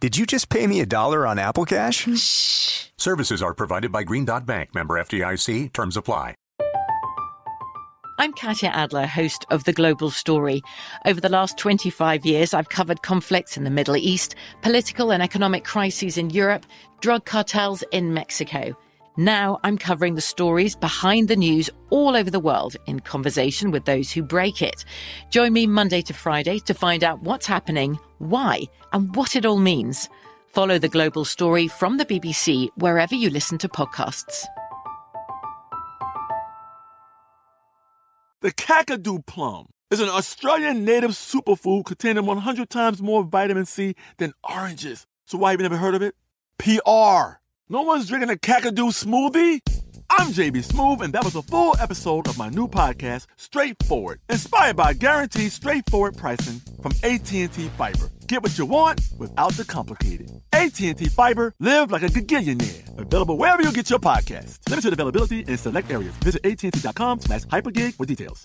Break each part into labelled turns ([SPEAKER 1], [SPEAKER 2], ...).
[SPEAKER 1] Did you just pay me a dollar on Apple Cash?
[SPEAKER 2] Shh.
[SPEAKER 3] Services are provided by Green Dot Bank, member FDIC. Terms apply.
[SPEAKER 4] I'm Katya Adler, host of The Global Story. Over the last 25 years, I've covered conflicts in the Middle East, political and economic crises in Europe, drug cartels in Mexico. Now I'm covering the stories behind the news all over the world in conversation with those who break it. Join me Monday to Friday to find out what's happening, why, and what it all means. Follow the global story from the BBC wherever you listen to podcasts.
[SPEAKER 5] The Kakadu plum is an Australian native superfood containing 100 times more vitamin C than oranges. So why have you never heard of it? PR. No one's drinking a Kakadu smoothie? I'm JB Smooth, and that was a full episode of my new podcast, Straightforward, inspired by guaranteed straightforward pricing from AT&T Fiber. Get what you want without the complicated. AT&T Fiber, live like a gigillionaire. Available wherever you get your podcast. Limited availability in select areas. Visit AT&T.com slash hypergig for details.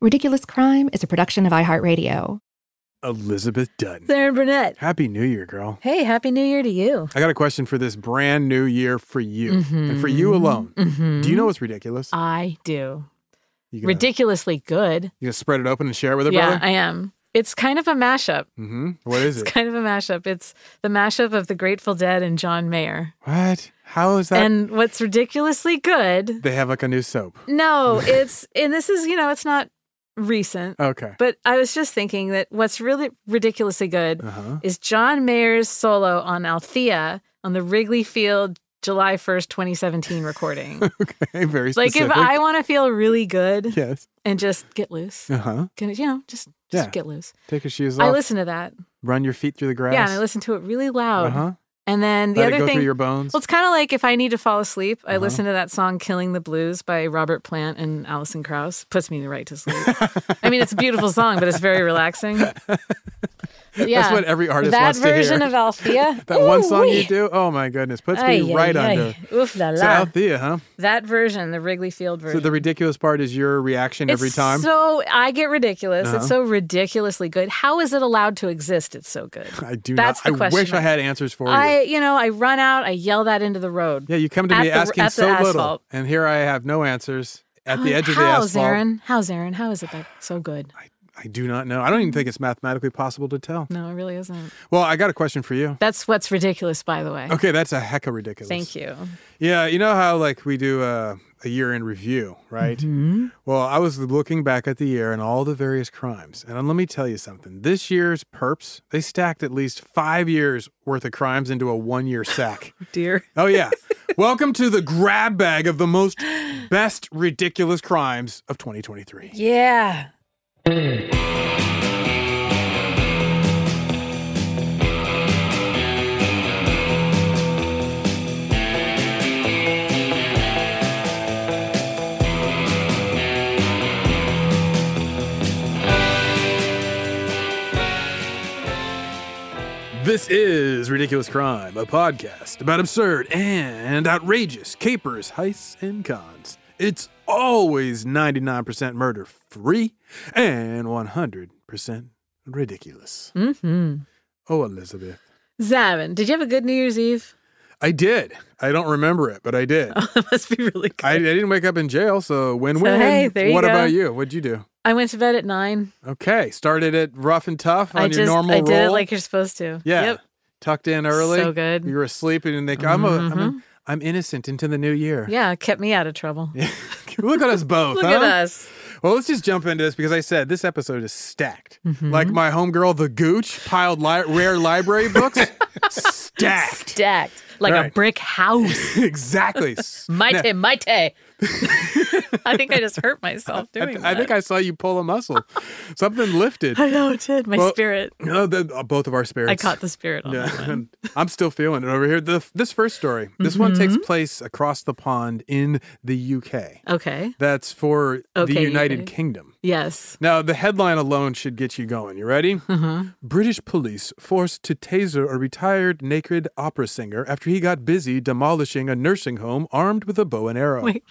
[SPEAKER 6] Ridiculous Crime is a production of iHeartRadio.
[SPEAKER 7] Elizabeth Dutton.
[SPEAKER 8] Theron Burnett.
[SPEAKER 7] Happy New Year, girl.
[SPEAKER 8] Hey, happy new year to you.
[SPEAKER 7] I got a question for this brand new year for you and for you
[SPEAKER 8] Mm-hmm.
[SPEAKER 7] alone. Do you know what's ridiculous?
[SPEAKER 8] I do.
[SPEAKER 7] You gonna,
[SPEAKER 8] Ridiculously good.
[SPEAKER 7] You gonna spread it open and share it with her,
[SPEAKER 8] Yeah,
[SPEAKER 7] brother?
[SPEAKER 8] I am. It's kind of a mashup.
[SPEAKER 7] mm-hmm. What is
[SPEAKER 8] It's
[SPEAKER 7] it?
[SPEAKER 8] kind of a mashup. It's the mashup of The Grateful Dead and John Mayer.
[SPEAKER 7] What? How is that?
[SPEAKER 8] and what's ridiculously good?
[SPEAKER 7] they have like a new soap.
[SPEAKER 8] No, it's and this is, you know, it's not recent.
[SPEAKER 7] Okay.
[SPEAKER 8] But I was just thinking that what's really ridiculously good
[SPEAKER 7] Uh-huh.
[SPEAKER 8] is John Mayer's solo on Althea on the Wrigley Field July 1st, 2017 recording.
[SPEAKER 7] Okay. Very
[SPEAKER 8] like
[SPEAKER 7] specific.
[SPEAKER 8] if I want to feel really good
[SPEAKER 7] Yes.
[SPEAKER 8] and just get loose,
[SPEAKER 7] Uh huh.
[SPEAKER 8] can, you know, just, just
[SPEAKER 7] Yeah.
[SPEAKER 8] get loose.
[SPEAKER 7] Take your shoes off.
[SPEAKER 8] I listen to that.
[SPEAKER 7] Run your feet through the grass.
[SPEAKER 8] Yeah, and I listen to it really loud.
[SPEAKER 7] Uh huh.
[SPEAKER 8] And then the
[SPEAKER 7] Let
[SPEAKER 8] other
[SPEAKER 7] it go
[SPEAKER 8] thing
[SPEAKER 7] through your bones.
[SPEAKER 8] Well, it's kind of like if I need to fall asleep, I
[SPEAKER 7] Uh-huh.
[SPEAKER 8] listen to that song "Killing the Blues" by Robert Plant and Alison Krauss. Puts me right to sleep. I mean, it's a beautiful song, but it's very relaxing. But yeah,
[SPEAKER 7] That's what every artist
[SPEAKER 8] that
[SPEAKER 7] wants to
[SPEAKER 8] version
[SPEAKER 7] hear.
[SPEAKER 8] of Althea.
[SPEAKER 7] that one song you do. Oh my goodness, puts me right under.
[SPEAKER 8] Oof la
[SPEAKER 7] So
[SPEAKER 8] la.
[SPEAKER 7] Althea, huh?
[SPEAKER 8] That version, the Wrigley Field
[SPEAKER 7] So
[SPEAKER 8] version.
[SPEAKER 7] the ridiculous part is your reaction every
[SPEAKER 8] It's
[SPEAKER 7] time.
[SPEAKER 8] So I get ridiculous.
[SPEAKER 7] Uh-huh.
[SPEAKER 8] It's so ridiculously good. How is it allowed to exist? It's so good.
[SPEAKER 7] I do
[SPEAKER 8] That's
[SPEAKER 7] not.
[SPEAKER 8] the
[SPEAKER 7] I wish
[SPEAKER 8] question.
[SPEAKER 7] I had answers for you.
[SPEAKER 8] I, you know, I run out. I yell that into the road.
[SPEAKER 7] Yeah, you come to
[SPEAKER 8] At
[SPEAKER 7] me
[SPEAKER 8] the-
[SPEAKER 7] asking
[SPEAKER 8] at the
[SPEAKER 7] so little,
[SPEAKER 8] asphalt.
[SPEAKER 7] and here I have no answers at the edge of the
[SPEAKER 8] How's
[SPEAKER 7] asphalt.
[SPEAKER 8] Aaron? How's Aaron? How is it that so good?
[SPEAKER 7] I do not know. I don't even think it's mathematically possible to tell.
[SPEAKER 8] No, it really isn't.
[SPEAKER 7] Well, I got a question for you.
[SPEAKER 8] That's what's ridiculous, by the way.
[SPEAKER 7] Okay, that's a heck of ridiculous.
[SPEAKER 8] Thank you.
[SPEAKER 7] Yeah, you know how like we do a, a year in review, right?
[SPEAKER 8] Mm-hmm.
[SPEAKER 7] Well, I was looking back at the year and all the various crimes, and uh, let me tell you something. This year's perps they stacked at least five years worth of crimes into a one-year sack.
[SPEAKER 8] Dear.
[SPEAKER 7] Oh yeah. Welcome to the grab bag of the most best ridiculous crimes of 2023.
[SPEAKER 8] Yeah.
[SPEAKER 7] This is Ridiculous Crime, a podcast about absurd and outrageous capers, heists, and cons. It's always 99% murder free and 100% ridiculous.
[SPEAKER 8] Mm-hmm.
[SPEAKER 7] Oh, Elizabeth.
[SPEAKER 8] Zavin, did you have a good New Year's Eve?
[SPEAKER 7] I did. I don't remember it, but I did.
[SPEAKER 8] Oh, that must be really good.
[SPEAKER 7] I, I didn't wake up in jail, so win win.
[SPEAKER 8] So, hey, there you
[SPEAKER 7] what
[SPEAKER 8] go.
[SPEAKER 7] about you? What'd you do?
[SPEAKER 8] I went to bed at nine.
[SPEAKER 7] Okay, started it rough and tough on
[SPEAKER 8] I
[SPEAKER 7] your
[SPEAKER 8] just
[SPEAKER 7] normal
[SPEAKER 8] I did
[SPEAKER 7] roll.
[SPEAKER 8] it like you're supposed to.
[SPEAKER 7] yeah,
[SPEAKER 8] Yep.
[SPEAKER 7] tucked in early.
[SPEAKER 8] So good.
[SPEAKER 7] You were asleep, and they, I'm, a, I'm, a,
[SPEAKER 8] Mhm.
[SPEAKER 7] I'm innocent into the new year.
[SPEAKER 8] Yeah, it kept me out of trouble.
[SPEAKER 7] Look at us both.
[SPEAKER 8] Look
[SPEAKER 7] huh?
[SPEAKER 8] at us.
[SPEAKER 7] Well, let's just jump into this because I said this episode is stacked.
[SPEAKER 8] Mm-hmm.
[SPEAKER 7] Like my homegirl, the Gooch, piled li- rare library books, stacked.
[SPEAKER 8] Stacked. Like
[SPEAKER 7] Right.
[SPEAKER 8] a brick house.
[SPEAKER 7] exactly. S- Now,
[SPEAKER 8] Mighty, mighty. I think I just hurt myself
[SPEAKER 7] I,
[SPEAKER 8] doing
[SPEAKER 7] th-
[SPEAKER 8] that.
[SPEAKER 7] I think I saw you pull a muscle. Something lifted.
[SPEAKER 8] I know it did. My
[SPEAKER 7] Well,
[SPEAKER 8] spirit.
[SPEAKER 7] No, the, uh, both of our spirits.
[SPEAKER 8] I caught the spirit on that one.
[SPEAKER 7] I'm still feeling it over here. The, this first story, this one takes
[SPEAKER 8] Mm-hmm.
[SPEAKER 7] place across the pond in the UK.
[SPEAKER 8] Okay.
[SPEAKER 7] That's for the
[SPEAKER 8] Okay,
[SPEAKER 7] United
[SPEAKER 8] UK.
[SPEAKER 7] Kingdom.
[SPEAKER 8] Yes.
[SPEAKER 7] Now, the headline alone should get you going. You ready?
[SPEAKER 8] Uh-huh.
[SPEAKER 7] British police forced to taser a retired naked opera singer after he got busy demolishing a nursing home armed with a bow and arrow.
[SPEAKER 8] Wait.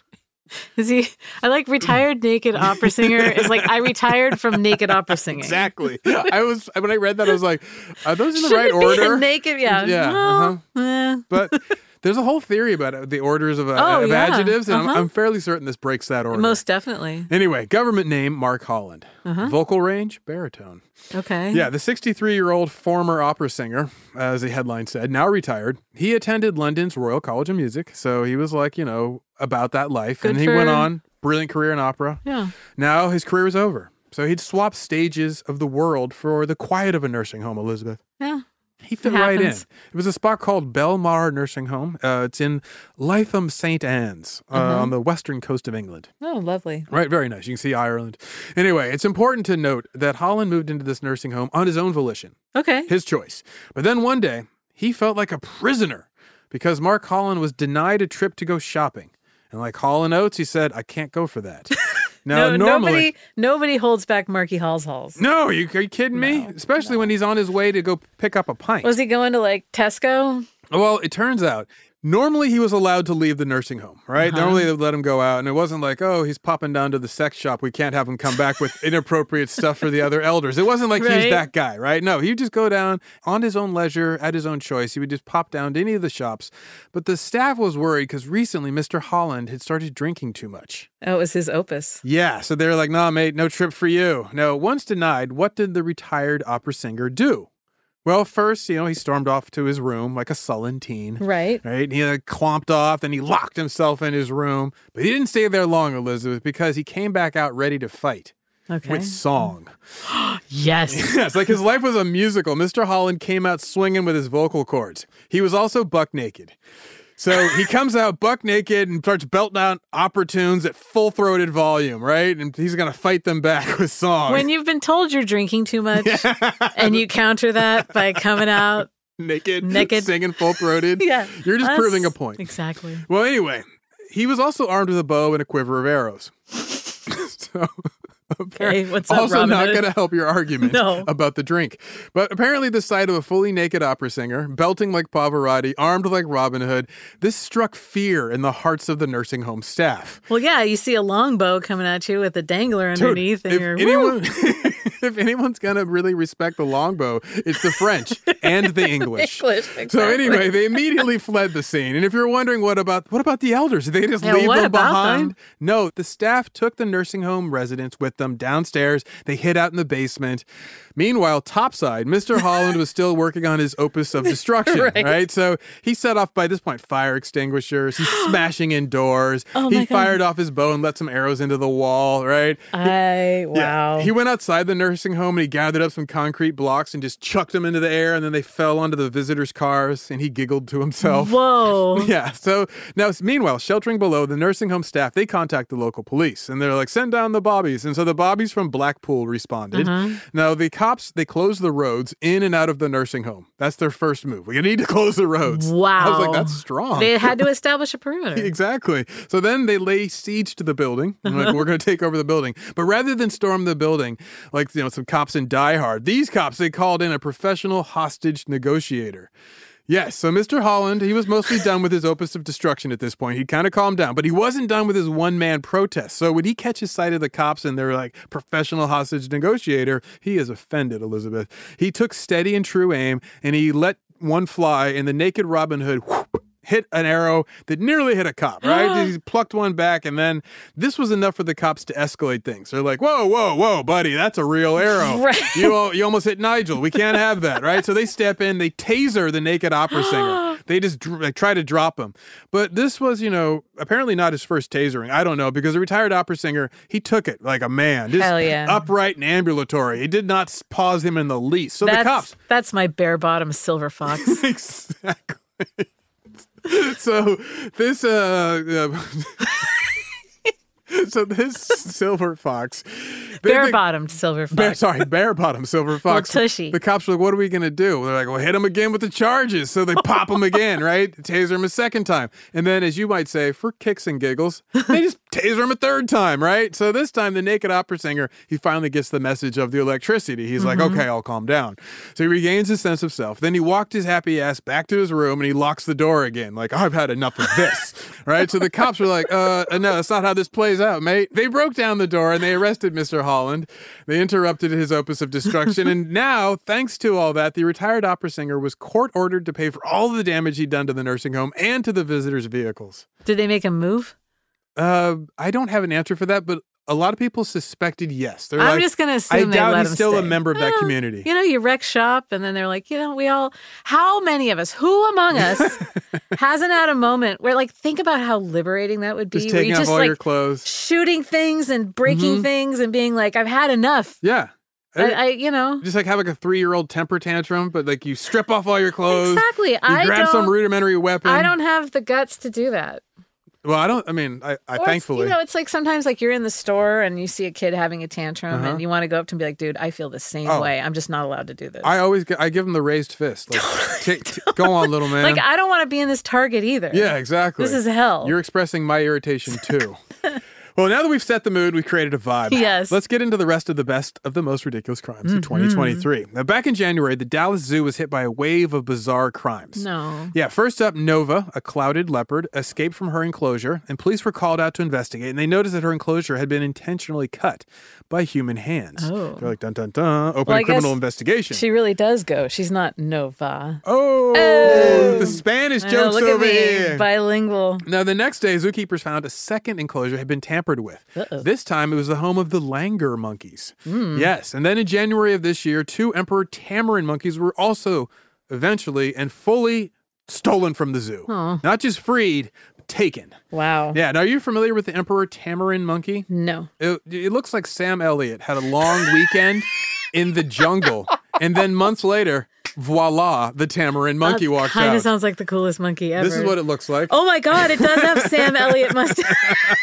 [SPEAKER 8] Is he? I like retired naked opera singer. It's like I retired from naked opera singing.
[SPEAKER 7] Exactly. I was when I read that, I was like, "Are those in the
[SPEAKER 8] Shouldn't
[SPEAKER 7] right
[SPEAKER 8] it be a
[SPEAKER 7] order?"
[SPEAKER 8] naked. Yeah.
[SPEAKER 7] Yeah, uh-huh.
[SPEAKER 8] Well, eh.
[SPEAKER 7] but there's a whole theory about it, the orders of, uh,
[SPEAKER 8] Oh,
[SPEAKER 7] of
[SPEAKER 8] yeah.
[SPEAKER 7] adjectives, and I'm,
[SPEAKER 8] Uh-huh.
[SPEAKER 7] I'm fairly certain this breaks that order.
[SPEAKER 8] Most Uh-huh. definitely.
[SPEAKER 7] Anyway, government name Mark Holland. Vocal range baritone.
[SPEAKER 8] Okay.
[SPEAKER 7] Yeah, the 63 year old former opera singer, as the headline said, now retired. He attended London's Royal College of Music, so he was like, you know, about that life.
[SPEAKER 8] Good
[SPEAKER 7] and he
[SPEAKER 8] for-
[SPEAKER 7] went on, brilliant career in opera.
[SPEAKER 8] Yeah.
[SPEAKER 7] Now his career is over. So he'd swap stages of the world for the quiet of a nursing home, Elizabeth.
[SPEAKER 8] Yeah.
[SPEAKER 7] He fit right in.
[SPEAKER 8] happens.
[SPEAKER 7] It was a spot called Belmar Nursing Home. Uh, it's in Lytham St. Anne's uh,
[SPEAKER 8] Mm-hmm.
[SPEAKER 7] on the western coast of England.
[SPEAKER 8] Oh, lovely.
[SPEAKER 7] Right, very nice. You can see Ireland. Anyway, it's important to note that Holland moved into this nursing home on his own volition,
[SPEAKER 8] Okay.
[SPEAKER 7] his choice. But then one day, he felt like a prisoner because Mark Holland was denied a trip to go shopping. And like Holland Oates, he said, I can't go for that. Now, normally.
[SPEAKER 8] nobody nobody holds back Marky Hall's halls.
[SPEAKER 7] No, you, are you kidding me? Especially when he's on his way to go pick up a pint.
[SPEAKER 8] Was he going to like Tesco?
[SPEAKER 7] Well, it turns out normally he was allowed to leave the nursing home, right? Normally they would let him go out, and it wasn't like, oh, he's popping down to the sex shop. We can't have him come back with inappropriate stuff for the other elders. It wasn't like he's
[SPEAKER 8] Right.
[SPEAKER 7] that guy, right? No, he'd just go down on his own leisure, at his own choice. He would just pop down to any of the shops. But the staff was worried because recently Mr. Holland had started drinking too much.
[SPEAKER 8] Oh, it was his opus.
[SPEAKER 7] Yeah, so they're like, nah, mate, no trip for you. No, once denied, what did the retired opera singer do? Well, first, you know, he stormed off to his room like a sullen teen.
[SPEAKER 8] Right.
[SPEAKER 7] Right? And he like, clomped off, then he locked himself in his room. But he didn't stay there long, Elizabeth, because he came back out ready to fight
[SPEAKER 8] Okay.
[SPEAKER 7] with song.
[SPEAKER 8] yes.
[SPEAKER 7] Yes, like his life was a musical. Mr. Holland came out swinging with his vocal cords. He was also buck naked. So he comes out buck naked and starts belting out opera tunes at full throated volume, right? And he's going to fight them back with songs.
[SPEAKER 8] when you've been told you're drinking too much and you counter that by coming out.
[SPEAKER 7] naked,
[SPEAKER 8] Naked.
[SPEAKER 7] singing full throated.
[SPEAKER 8] Yeah.
[SPEAKER 7] You're just
[SPEAKER 8] us-
[SPEAKER 7] proving a point.
[SPEAKER 8] Exactly.
[SPEAKER 7] Well, anyway, he was also armed with a bow and a quiver of arrows. so.
[SPEAKER 8] Okay. What's up,
[SPEAKER 7] also
[SPEAKER 8] Robin
[SPEAKER 7] not
[SPEAKER 8] Hood?
[SPEAKER 7] going to help your argument
[SPEAKER 8] No.
[SPEAKER 7] about the drink. But apparently, the sight of a fully naked opera singer, belting like Pavarotti, armed like Robin Hood, this struck fear in the hearts of the nursing home staff.
[SPEAKER 8] Well, yeah, you see a longbow coming at you with a dangler
[SPEAKER 7] Dude,
[SPEAKER 8] underneath, and
[SPEAKER 7] if
[SPEAKER 8] you're
[SPEAKER 7] anyone- if anyone's going to really respect the longbow, it's the French and the English.
[SPEAKER 8] English,
[SPEAKER 7] So
[SPEAKER 8] exactly.
[SPEAKER 7] anyway, they immediately fled the scene. And if you're wondering what about what about the elders? Did they just
[SPEAKER 8] Yeah,
[SPEAKER 7] leave
[SPEAKER 8] what
[SPEAKER 7] them
[SPEAKER 8] about
[SPEAKER 7] behind?
[SPEAKER 8] them?
[SPEAKER 7] No, the staff took the nursing home residents with them downstairs. They hid out in the basement. Meanwhile, topside, Mr. Holland was still working on his opus of destruction, right.
[SPEAKER 8] Right.
[SPEAKER 7] So he set off by this point fire extinguishers. He's smashing in doors.
[SPEAKER 8] Oh
[SPEAKER 7] he
[SPEAKER 8] my God.
[SPEAKER 7] fired off his bow and let some arrows into the wall, right?
[SPEAKER 8] I
[SPEAKER 7] Yeah.
[SPEAKER 8] wow.
[SPEAKER 7] He went outside the nursing home and he gathered up some concrete blocks and just chucked them into the air and then they fell onto the visitors' cars and he giggled to himself.
[SPEAKER 8] Whoa.
[SPEAKER 7] Yeah. So now, meanwhile, sheltering below, the nursing home staff they contact the local police and they're like, "Send down the bobbies." And so the bobbies from Blackpool responded.
[SPEAKER 8] Uh-huh.
[SPEAKER 7] Now the cops they closed the roads in and out of the nursing home. That's their first move. We need to close the roads. I was
[SPEAKER 8] Wow.
[SPEAKER 7] like, "That's strong."
[SPEAKER 8] They had to establish a perimeter.
[SPEAKER 7] Exactly. So then they lay siege to the building. And like, we're going to take over the building. But rather than storm the building, like you know, some cops in Die Hard, these cops they called in a professional hostage negotiator. Yes, so Mr. Holland, he was mostly done with his opus of destruction at this point. He kind of calmed down, but he wasn't done with his one man protest. So when he catches sight of the cops and their like professional hostage negotiator, he is offended, Elizabeth. He took steady and true aim and he let one fly, and the naked Robin Hood whoop, hit an arrow that nearly hit a cop, right? he plucked one back, and then this was enough for the cops to escalate things. They're like, whoa, whoa, whoa, buddy, that's a real arrow. You, al- you almost hit Nigel. We can't have that, right? So they step in, they taser the naked opera singer. They just dr- like, try to drop him. But this was, you know, apparently not his first tasering. I don't know, because the retired opera singer, he took it like a man, just
[SPEAKER 8] Hell yeah.
[SPEAKER 7] upright and ambulatory. It did not s- pause him in the least. So the
[SPEAKER 8] That's
[SPEAKER 7] cops,
[SPEAKER 8] that's my bare bottom silver fox.
[SPEAKER 7] exactly. so this uh, uh so this silver fox, they
[SPEAKER 8] Bare
[SPEAKER 7] think-
[SPEAKER 8] bottomed silver fox.
[SPEAKER 7] Bare, sorry, bare bottom silver fox.
[SPEAKER 8] tushy.
[SPEAKER 7] The cops were like, "What are we gonna do?" They're like, "Well, hit him again with the charges." So they pop him again, right? Taser him a second time, and then, as you might say, for kicks and giggles, they just taser him a third time, right? So this time, the naked opera singer he finally gets the message of the electricity. He's
[SPEAKER 8] Mm-hmm.
[SPEAKER 7] like, "Okay, I'll calm down." So he regains his sense of self. Then he walked his happy ass back to his room and he locks the door again. Like, I've had enough of this, right? So the cops were like, uh, no, that's not how this plays out, mate. They broke down the door and they arrested Mr. Holland. They interrupted his opus of destruction. and now, thanks to all that, the retired opera singer was court ordered to pay for all the damage he'd done to the nursing home and to the visitors' vehicles.
[SPEAKER 8] Did they make a move?
[SPEAKER 7] Uh, I don't have an answer for that, but a lot of people suspected yes. They're
[SPEAKER 8] I'm
[SPEAKER 7] like,
[SPEAKER 8] just gonna
[SPEAKER 7] I
[SPEAKER 8] assume they
[SPEAKER 7] doubt
[SPEAKER 8] let
[SPEAKER 7] he's
[SPEAKER 8] him
[SPEAKER 7] still a
[SPEAKER 8] stay.
[SPEAKER 7] member of that
[SPEAKER 8] Well,
[SPEAKER 7] community.
[SPEAKER 8] You know, you wreck shop, and then they're like, you know, we all. How many of us? Who among us hasn't had a moment where, like, think about how liberating that would be?
[SPEAKER 7] just
[SPEAKER 8] where
[SPEAKER 7] taking
[SPEAKER 8] you
[SPEAKER 7] off
[SPEAKER 8] just
[SPEAKER 7] all
[SPEAKER 8] like
[SPEAKER 7] your clothes. Mm-hmm.
[SPEAKER 8] shooting things and breaking things and being like, I've had enough.
[SPEAKER 7] Yeah.
[SPEAKER 8] I, I you know.
[SPEAKER 7] just like have like a three year old temper tantrum, but like you strip off all your clothes.
[SPEAKER 8] Exactly.
[SPEAKER 7] You
[SPEAKER 8] I
[SPEAKER 7] grab some
[SPEAKER 8] don't-
[SPEAKER 7] rudimentary weapon.
[SPEAKER 8] I don't have the guts to do that.
[SPEAKER 7] Well, I don't. I mean, I, I
[SPEAKER 8] Or it's-
[SPEAKER 7] thankfully.
[SPEAKER 8] you know, it's like sometimes like you're in the store and you see a kid having a tantrum, and you want to go up to him and be like, "Dude, I feel the same
[SPEAKER 7] Uh-huh. Oh.
[SPEAKER 8] way. I'm just not allowed to do this."
[SPEAKER 7] I always gi- I give him the raised fist. Like, "Tick, tick, go on, little man.
[SPEAKER 8] like I don't want to be in this Target either.
[SPEAKER 7] yeah, exactly.
[SPEAKER 8] This is hell.
[SPEAKER 7] You're expressing my irritation too. well, now that we've set the mood, we created a vibe.
[SPEAKER 8] Yes. Mm-hmm.
[SPEAKER 7] Let's get into the rest of the best of the most ridiculous crimes of 2023. Now, back in January, the Dallas Zoo was hit by a wave of bizarre crimes.
[SPEAKER 8] No.
[SPEAKER 7] Yeah, first up, Nova, a clouded leopard, escaped from her enclosure, and police were called out to investigate. And they noticed that her enclosure had been intentionally cut by human hands.
[SPEAKER 8] Oh.
[SPEAKER 7] They're like, dun dun dun, open
[SPEAKER 8] Well, I
[SPEAKER 7] a criminal
[SPEAKER 8] guess
[SPEAKER 7] investigation.
[SPEAKER 8] She really does go. She's not Nova.
[SPEAKER 7] oh, the Spanish
[SPEAKER 8] I know,
[SPEAKER 7] jokes
[SPEAKER 8] Oh, look
[SPEAKER 7] over
[SPEAKER 8] at me,
[SPEAKER 7] here.
[SPEAKER 8] bilingual.
[SPEAKER 7] now, the next day, zookeepers found a second enclosure had been tampered with. This time, it was the home of the langur monkeys.
[SPEAKER 8] Hmm.
[SPEAKER 7] Yes. And then in January of this year, two emperor tamarin monkeys were also eventually and fully stolen from the zoo. Not just freed, but taken.
[SPEAKER 8] Wow.
[SPEAKER 7] Yeah. Now, are you familiar with the emperor tamarin monkey?
[SPEAKER 8] No.
[SPEAKER 7] It, it looks like Sam Elliott had a long weekend in the jungle. And then months later, voila, the tamarin monkey walks
[SPEAKER 8] Kind of
[SPEAKER 7] out.
[SPEAKER 8] sounds like the coolest monkey ever.
[SPEAKER 7] This is what it looks like.
[SPEAKER 8] Oh my God! It does have Sam Elliott mustache.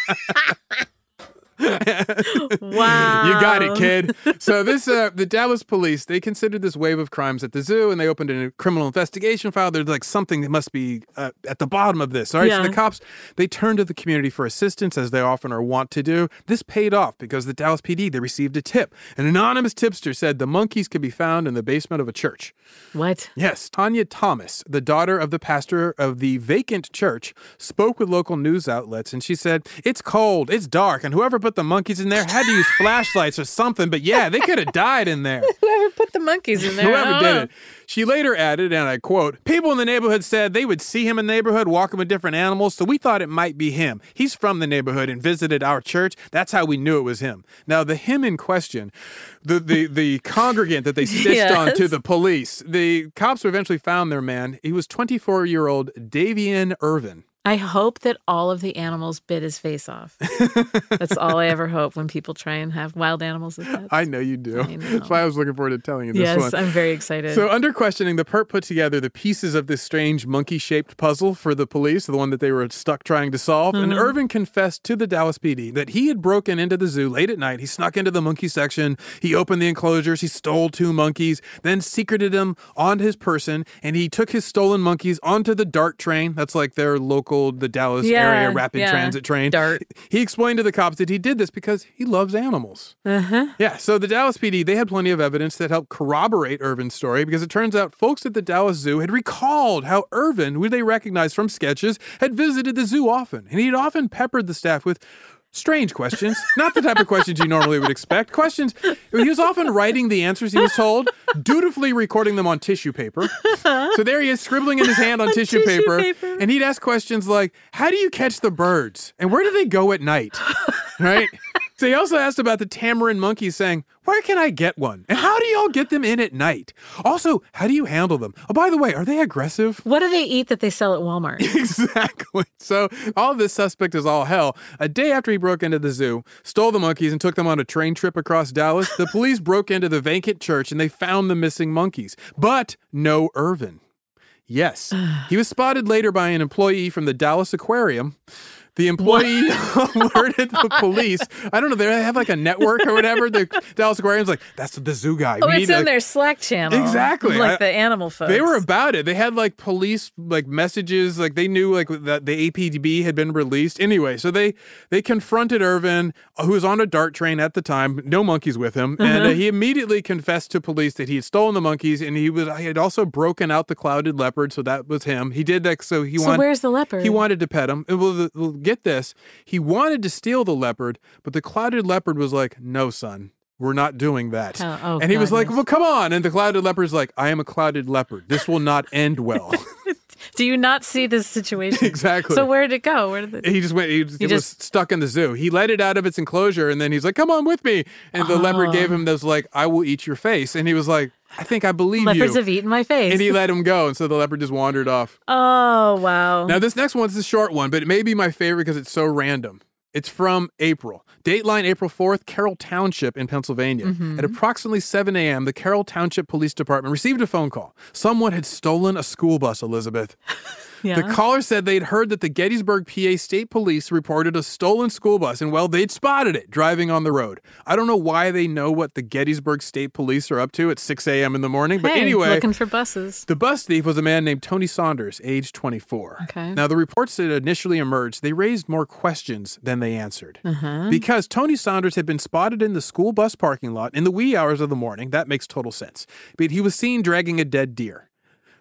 [SPEAKER 8] wow.
[SPEAKER 7] You got it, kid. So this, uh, the Dallas police, they considered this wave of crimes at the zoo, and they opened a criminal investigation file. There's like something that must be uh, at the bottom of this. All right, so
[SPEAKER 8] Yeah.
[SPEAKER 7] the cops they turned to the community for assistance, as they often are wont to do. This paid off because the Dallas PD they received a tip. An anonymous tipster said the monkeys could be found in the basement of a church.
[SPEAKER 8] What?
[SPEAKER 7] Yes, Tanya Thomas, the daughter of the pastor of the vacant church, spoke with local news outlets and she said, It's cold, it's dark, and whoever put the monkeys in there had to use flashlights or something, but yeah, they could have died in there.
[SPEAKER 8] Whoever put the monkeys in there?
[SPEAKER 7] Whoever
[SPEAKER 8] I
[SPEAKER 7] did
[SPEAKER 8] don't
[SPEAKER 7] it. She later added, and I quote, People in the neighborhood said they would see him in the neighborhood walking with different animals, so we thought it might be him. He's from the neighborhood and visited our church. That's how we knew it was him. Now, the him in question, the the, the congregant that they stitched on to
[SPEAKER 8] Yes.
[SPEAKER 7] the police, the cops eventually found their man. He was 24 year old Davian Irvin.
[SPEAKER 8] I hope that all of the animals bit his face off. That's all I ever hope when people try and have wild animals as pets.
[SPEAKER 7] I know you do.
[SPEAKER 8] I know.
[SPEAKER 7] That's why I was looking forward to telling you this
[SPEAKER 8] yes,
[SPEAKER 7] one.
[SPEAKER 8] I'm very excited.
[SPEAKER 7] So, under questioning, the perp put together the pieces of this strange monkey shaped puzzle for the police, the one that they were stuck trying to solve. And
[SPEAKER 8] Mm-hmm.
[SPEAKER 7] Irvin confessed to the Dallas PD that he had broken into the zoo late at night. He snuck into the monkey section, he opened the enclosures, he stole two monkeys, then secreted them onto his person, and he took his stolen monkeys onto the DART train. That's like their local, the Dallas
[SPEAKER 8] Yeah,
[SPEAKER 7] area rapid
[SPEAKER 8] yeah.
[SPEAKER 7] transit train.
[SPEAKER 8] DART.
[SPEAKER 7] He explained to the cops that he did this because he loves animals. Yeah, so the Dallas PD, they had plenty of evidence that helped corroborate Irvin's story because it turns out folks at the Dallas Zoo had recalled how Irvin, who they recognized from sketches, had visited the zoo often. And he'd often peppered the staff with strange questions, not the type of questions you normally would expect. Questions, he was often writing the answers he was told, dutifully recording them on tissue paper. So there he is scribbling in his hand on, tissue,
[SPEAKER 8] tissue
[SPEAKER 7] paper,
[SPEAKER 8] paper.
[SPEAKER 7] and he'd ask questions like, How do you catch the birds? And where do they go at night? right? So he also asked about the tamarin monkeys, saying, Where can I get one? And how do y'all get them in at night? Also, how do you handle them? Oh, by the way, are they aggressive?
[SPEAKER 8] what do they eat that they sell at Walmart?
[SPEAKER 7] exactly. So all this suspect is all hell. A day after he broke into the zoo, stole the monkeys, and took them on a train trip across Dallas, the police broke into the vacant church and they found the missing monkeys. But no Irvin. Yes. he was spotted later by an employee from the Dallas Aquarium. The employee alerted the police. I don't know. They have like a network or whatever. The Dallas Aquarium's like, that's the zoo guy.
[SPEAKER 8] Oh,
[SPEAKER 7] We
[SPEAKER 8] it's
[SPEAKER 7] need,
[SPEAKER 8] in
[SPEAKER 7] like-
[SPEAKER 8] their Slack channel.
[SPEAKER 7] Exactly.
[SPEAKER 8] Like
[SPEAKER 7] I-
[SPEAKER 8] the animal folks.
[SPEAKER 7] They were about it. They had like police like messages, like they knew like that the APDB had been released. Anyway, so they they confronted Irvin, uh, who was on a dart train at the time, no monkeys with him, and
[SPEAKER 8] Uh-huh.
[SPEAKER 7] uh, he immediately confessed to police that he had stolen the monkeys and he was he had also broken out the clouded leopard, so that was him. He did that, so he
[SPEAKER 8] So
[SPEAKER 7] wanted.
[SPEAKER 8] where's the leopard?
[SPEAKER 7] He wanted to pet him. And Well, the- well, get this. He wanted to steal the leopard, but the clouded leopard was like, "No, son." We're not doing that.
[SPEAKER 8] Oh, oh,
[SPEAKER 7] and he was like,
[SPEAKER 8] goodness.
[SPEAKER 7] well, come on. And the clouded leopard's like, I am a clouded leopard. This will not end well.
[SPEAKER 8] Do you not see this situation?
[SPEAKER 7] Exactly.
[SPEAKER 8] So where did it go? Where did the
[SPEAKER 7] he just went, he, just,
[SPEAKER 8] You
[SPEAKER 7] it was
[SPEAKER 8] just-
[SPEAKER 7] stuck in the zoo. He let it out of its enclosure and then he's like, come on with me. And the leopard gave
[SPEAKER 8] Oh.
[SPEAKER 7] him those, like, I will eat your face. And he was like, I think I believe
[SPEAKER 8] leopards
[SPEAKER 7] you.
[SPEAKER 8] have eaten my face?
[SPEAKER 7] and he let him go. And so the leopard just wandered off.
[SPEAKER 8] oh wow.
[SPEAKER 7] Now, this next one's a short one, but it may be my favorite because it's so random. It's from April. Dateline April 4th, Carroll Township in Pennsylvania.
[SPEAKER 8] Mm-hmm.
[SPEAKER 7] At approximately 7 a.m., the Carroll Township Police Department received a phone call. Someone had stolen a school bus, Elizabeth.
[SPEAKER 8] yeah.
[SPEAKER 7] The caller said they'd heard that the Gettysburg, PA State Police reported a stolen school bus, and well, they'd spotted it driving on the road. I don't know why they know what the Gettysburg State Police are up to at 6 a.m. in the morning, but
[SPEAKER 8] Hey,
[SPEAKER 7] anyway.
[SPEAKER 8] looking for buses.
[SPEAKER 7] The bus thief was a man named Tony Saunders, age 24.
[SPEAKER 8] Okay.
[SPEAKER 7] Now, the reports that initially emerged, they raised more questions than they answered.
[SPEAKER 8] Uh-huh.
[SPEAKER 7] Because Tony Saunders had been spotted in the school bus parking lot in the wee hours of the morning, that makes total sense. But he was seen dragging a dead deer.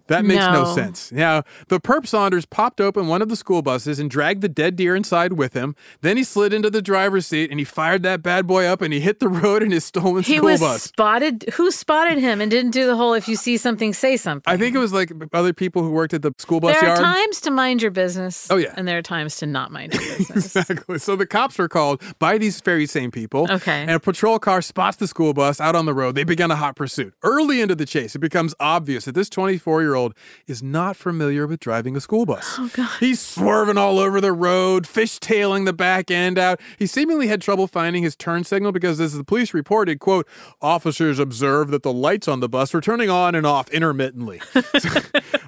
[SPEAKER 7] That makes no,
[SPEAKER 8] No.
[SPEAKER 7] sense. Now, the perp Saunders popped open one of the school buses and dragged the dead deer inside with him. Then he slid into the driver's seat and he fired that bad boy up and he hit the road in his stolen
[SPEAKER 8] He
[SPEAKER 7] school
[SPEAKER 8] was
[SPEAKER 7] bus.
[SPEAKER 8] spotted. Who spotted him and didn't do the whole "if you see something, say something"?
[SPEAKER 7] I think it was like other people who worked at the school bus
[SPEAKER 8] there
[SPEAKER 7] yard.
[SPEAKER 8] are times to mind your business.
[SPEAKER 7] Oh, yeah.
[SPEAKER 8] and there are times to not mind your business.
[SPEAKER 7] Exactly. So the cops were called by these very same people.
[SPEAKER 8] Okay.
[SPEAKER 7] And a patrol car spots the school bus out on the road. They begin a hot pursuit. Early into the chase, it becomes obvious that this 24 year old is not familiar with driving a school bus. Oh, God. He's swerving all over the road, fishtailing the back end out. He seemingly had trouble finding his turn signal because, as the police reported, quote, officers observed that the lights on the bus were turning on and off intermittently.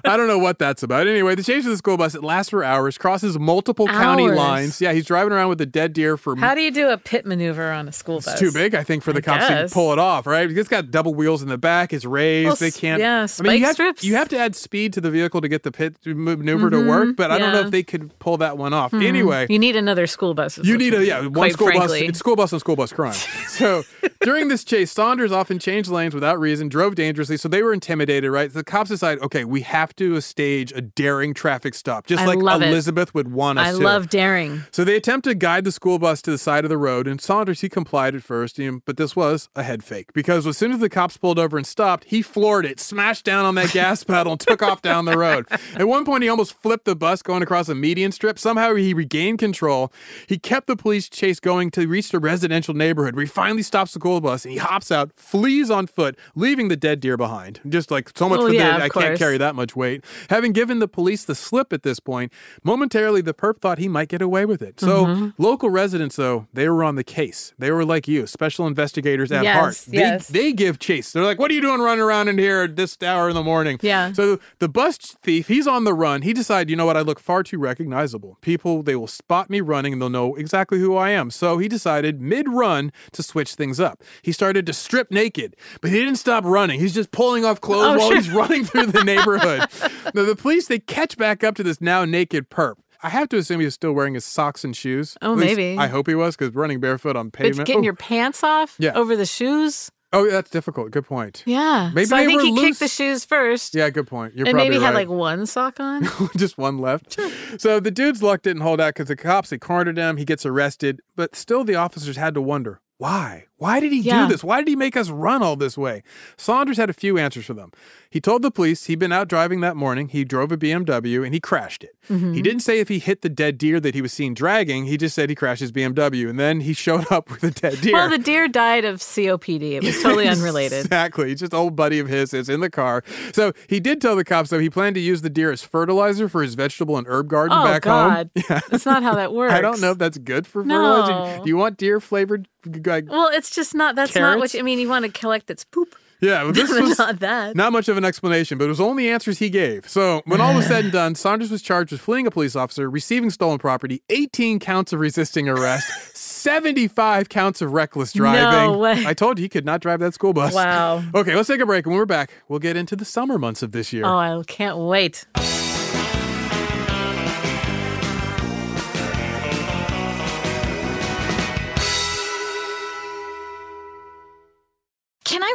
[SPEAKER 7] I don't know what that's about. Anyway, the chase of the school bus, it lasts for hours, crosses multiple county
[SPEAKER 8] Hours.
[SPEAKER 7] lines. Yeah, he's driving around with a dead deer for
[SPEAKER 8] How do you do a pit maneuver on a school bus?
[SPEAKER 7] it's too big, I think, for the cops
[SPEAKER 8] guess.
[SPEAKER 7] to pull it off, right? It's got double wheels in the back, it's raised,
[SPEAKER 8] Well,
[SPEAKER 7] they
[SPEAKER 8] s-
[SPEAKER 7] can't.
[SPEAKER 8] yeah,
[SPEAKER 7] I mean,
[SPEAKER 8] spike
[SPEAKER 7] you have,
[SPEAKER 8] strips.
[SPEAKER 7] you have to add speed to the vehicle to get the pit maneuver to work, but I don't know
[SPEAKER 8] Mm-hmm, yeah.
[SPEAKER 7] if they could pull that one off. Anyway,
[SPEAKER 8] You need another school bus. is
[SPEAKER 7] you
[SPEAKER 8] what
[SPEAKER 7] need a yeah one
[SPEAKER 8] quite
[SPEAKER 7] school
[SPEAKER 8] frankly.
[SPEAKER 7] bus. It's school bus and school bus crime. so during this chase, Saunders often changed lanes without reason, drove dangerously. So they were intimidated, right? The cops decide, okay, we have to stage a daring traffic stop, just
[SPEAKER 8] I
[SPEAKER 7] like
[SPEAKER 8] love it.
[SPEAKER 7] Elizabeth would want us
[SPEAKER 8] I
[SPEAKER 7] to.
[SPEAKER 8] love daring.
[SPEAKER 7] So they attempt to guide the school bus to the side of the road, and Saunders he complied at first, you know, but this was a head fake because as soon as the cops pulled over and stopped, he floored it, smashed down on that gas pedal, and took off down the road. At one point, he almost flipped the bus going across a median strip. Somehow he regained control. He kept the police chase going to reach the residential neighborhood. Where he finally stops the school bus and he hops out, flees on foot, leaving the dead deer behind. Just like so much
[SPEAKER 8] Well,
[SPEAKER 7] for
[SPEAKER 8] yeah,
[SPEAKER 7] the
[SPEAKER 8] of
[SPEAKER 7] I can't
[SPEAKER 8] course.
[SPEAKER 7] carry that much weight. Having given the police the slip at this point, momentarily the perp thought he might get away with it. So
[SPEAKER 8] Mm-hmm.
[SPEAKER 7] local residents, though, they were on the case. They were like you, special investigators at
[SPEAKER 8] Yes,
[SPEAKER 7] heart. They,
[SPEAKER 8] yes.
[SPEAKER 7] they give chase. They're like, what are you doing running around in here at this hour in the morning?
[SPEAKER 8] Yeah.
[SPEAKER 7] So the bus thief, he's on the run. He decided, you know what, I look far too recognizable. People, they will spot me running and they'll know exactly who I am. So he decided mid run to switch things up. He started to strip naked, but he didn't stop running. He's just pulling off clothes
[SPEAKER 8] Oh,
[SPEAKER 7] while
[SPEAKER 8] sure.
[SPEAKER 7] he's running through the neighborhood. now, the police, they catch back up to this now naked perp. I have to assume he was still wearing his socks and shoes.
[SPEAKER 8] Oh,
[SPEAKER 7] At least
[SPEAKER 8] maybe.
[SPEAKER 7] I hope he was because running barefoot on
[SPEAKER 8] But
[SPEAKER 7] pavement.
[SPEAKER 8] getting
[SPEAKER 7] oh,
[SPEAKER 8] your pants off
[SPEAKER 7] Yeah.
[SPEAKER 8] over the shoes.
[SPEAKER 7] oh, that's difficult. Good point.
[SPEAKER 8] Yeah.
[SPEAKER 7] Maybe
[SPEAKER 8] so I
[SPEAKER 7] they
[SPEAKER 8] think
[SPEAKER 7] were
[SPEAKER 8] he
[SPEAKER 7] loose.
[SPEAKER 8] kicked the shoes first.
[SPEAKER 7] Yeah, good point. You're
[SPEAKER 8] and
[SPEAKER 7] probably
[SPEAKER 8] maybe
[SPEAKER 7] right.
[SPEAKER 8] had like one sock on.
[SPEAKER 7] just one left. So the dude's luck didn't hold out because the cops they cornered him. He gets arrested, but still the officers had to wonder why. Why did he
[SPEAKER 8] Yeah.
[SPEAKER 7] do this? Why did he make us run all this way? Saunders had a few answers for them. He told the police he'd been out driving that morning. He drove a BMW and he crashed it.
[SPEAKER 8] Mm-hmm.
[SPEAKER 7] He didn't say if he hit the dead deer that he was seen dragging. He just said he crashed his BMW and then he showed up with a dead deer.
[SPEAKER 8] Well, the deer died of COPD. It was totally unrelated.
[SPEAKER 7] Exactly. Just old buddy of his is in the car. So he did tell the cops though he planned to use the deer as fertilizer for his vegetable and herb garden
[SPEAKER 8] Oh
[SPEAKER 7] back
[SPEAKER 8] God,
[SPEAKER 7] home. Yeah.
[SPEAKER 8] that's not how that works.
[SPEAKER 7] I don't know if that's good for
[SPEAKER 8] No.
[SPEAKER 7] fertilizer. Do you want deer flavored? Like,
[SPEAKER 8] Well, it's just not. That's not what
[SPEAKER 7] Carrots?
[SPEAKER 8] you, I mean. You want to collect its poop.
[SPEAKER 7] Yeah, but this
[SPEAKER 8] Better
[SPEAKER 7] was
[SPEAKER 8] not that.
[SPEAKER 7] not much of an explanation, but it was only answers he gave. So when all was said and done, Saunders was charged with fleeing a police officer, receiving stolen property, 18 counts of resisting arrest, 75 counts of reckless driving.
[SPEAKER 8] way.
[SPEAKER 7] I told you he could not drive that school bus.
[SPEAKER 8] Wow.
[SPEAKER 7] Okay, let's take a break. When we're back, we'll get into the summer months of this year.
[SPEAKER 8] Oh, I can't wait.
[SPEAKER 2] Can I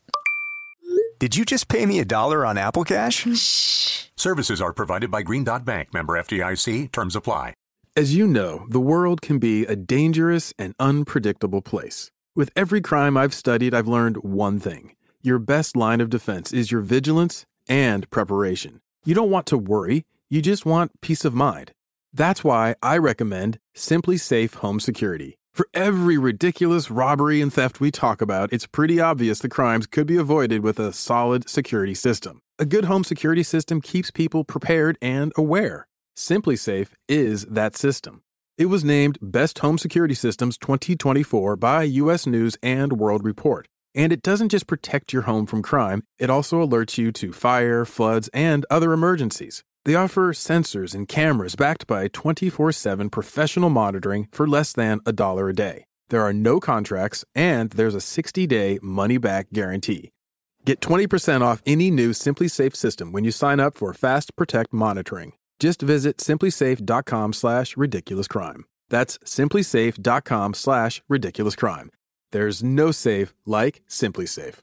[SPEAKER 1] Did you just pay me a dollar on Apple Cash?
[SPEAKER 3] Services are provided by Green Dot Bank, member FDIC. Terms apply.
[SPEAKER 7] As you know, the world can be a dangerous and unpredictable place. With every crime I've studied, I've learned one thing your best line of defense is your vigilance and preparation. You don't want to worry, you just want peace of mind. That's why I recommend Simply Safe Home Security. For every ridiculous robbery and theft we talk about, it's pretty obvious the crimes could be avoided with a solid security system. A good home security system keeps people prepared and aware. Simply Safe is that system. It was named Best Home Security Systems 2024 by US News and World Report. And it doesn't just protect your home from crime, it also alerts you to fire, floods, and other emergencies. They offer sensors and cameras backed by 24 7 professional monitoring for less than a dollar a day. There are no contracts, and there's a 60 day money back guarantee. Get 20% off any new Simply Safe system when you sign up for Fast Protect monitoring. Just visit simplysafe.com slash ridiculous crime. That's simplysafe.com slash ridiculous crime. There's no safe like Simply Safe.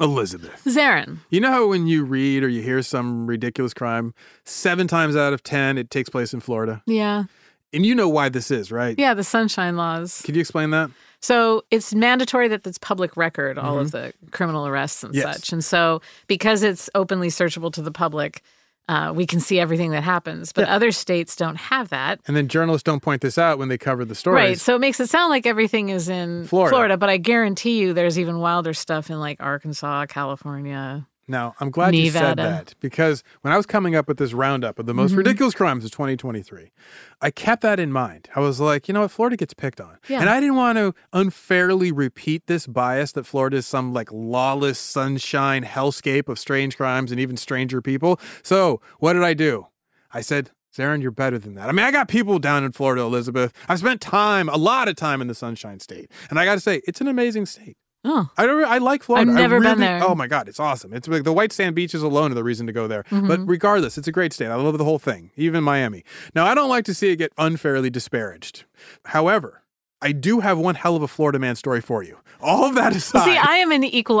[SPEAKER 7] Elizabeth.
[SPEAKER 8] Zarin.
[SPEAKER 7] You know how when you read or you hear some ridiculous crime, seven times out of 10, it takes place in Florida?
[SPEAKER 8] Yeah.
[SPEAKER 7] And you know why this is, right?
[SPEAKER 8] Yeah, the sunshine laws.
[SPEAKER 7] Could you explain that?
[SPEAKER 8] So it's mandatory that it's public record, all of the criminal arrests and
[SPEAKER 7] Mm-hmm. Yes.
[SPEAKER 8] such. And so because it's openly searchable to the public, uh, we can see everything that happens. But other states don't have that.
[SPEAKER 7] And then journalists don't point this out when they cover the stories.
[SPEAKER 8] Right. So it makes it sound like everything is in
[SPEAKER 7] Florida.
[SPEAKER 8] but I guarantee you there's even wilder stuff in like Arkansas, California.
[SPEAKER 7] Now, I'm glad you said
[SPEAKER 8] Nevada. Mm-hmm.
[SPEAKER 7] that because when I was coming up with this roundup of the most ridiculous crimes of 2023, I kept that in mind. I was like, you know what? Florida gets picked on.
[SPEAKER 8] Yeah.
[SPEAKER 7] And I didn't want to unfairly repeat this bias that Florida is some like lawless sunshine hellscape of strange crimes and even stranger people. So, what did I do? I said, Zarin, you're better than that. I mean, I got people down in Florida, Elizabeth. I've spent time, a lot of time in the Sunshine State. And I got to say, it's an amazing state.
[SPEAKER 8] Oh.
[SPEAKER 7] I don't. I like Florida.
[SPEAKER 8] I've
[SPEAKER 7] I
[SPEAKER 8] never been
[SPEAKER 7] really-
[SPEAKER 8] there.
[SPEAKER 7] Oh my god, it's awesome. It's like the white sand beaches alone are the reason to go there.
[SPEAKER 8] Mm-hmm.
[SPEAKER 7] But regardless, it's a great state. I love the whole thing, even Miami. Now, I don't like to see it get unfairly disparaged. However, I do have one hell of a Florida man story for you. All of that aside,
[SPEAKER 8] See, I am an equal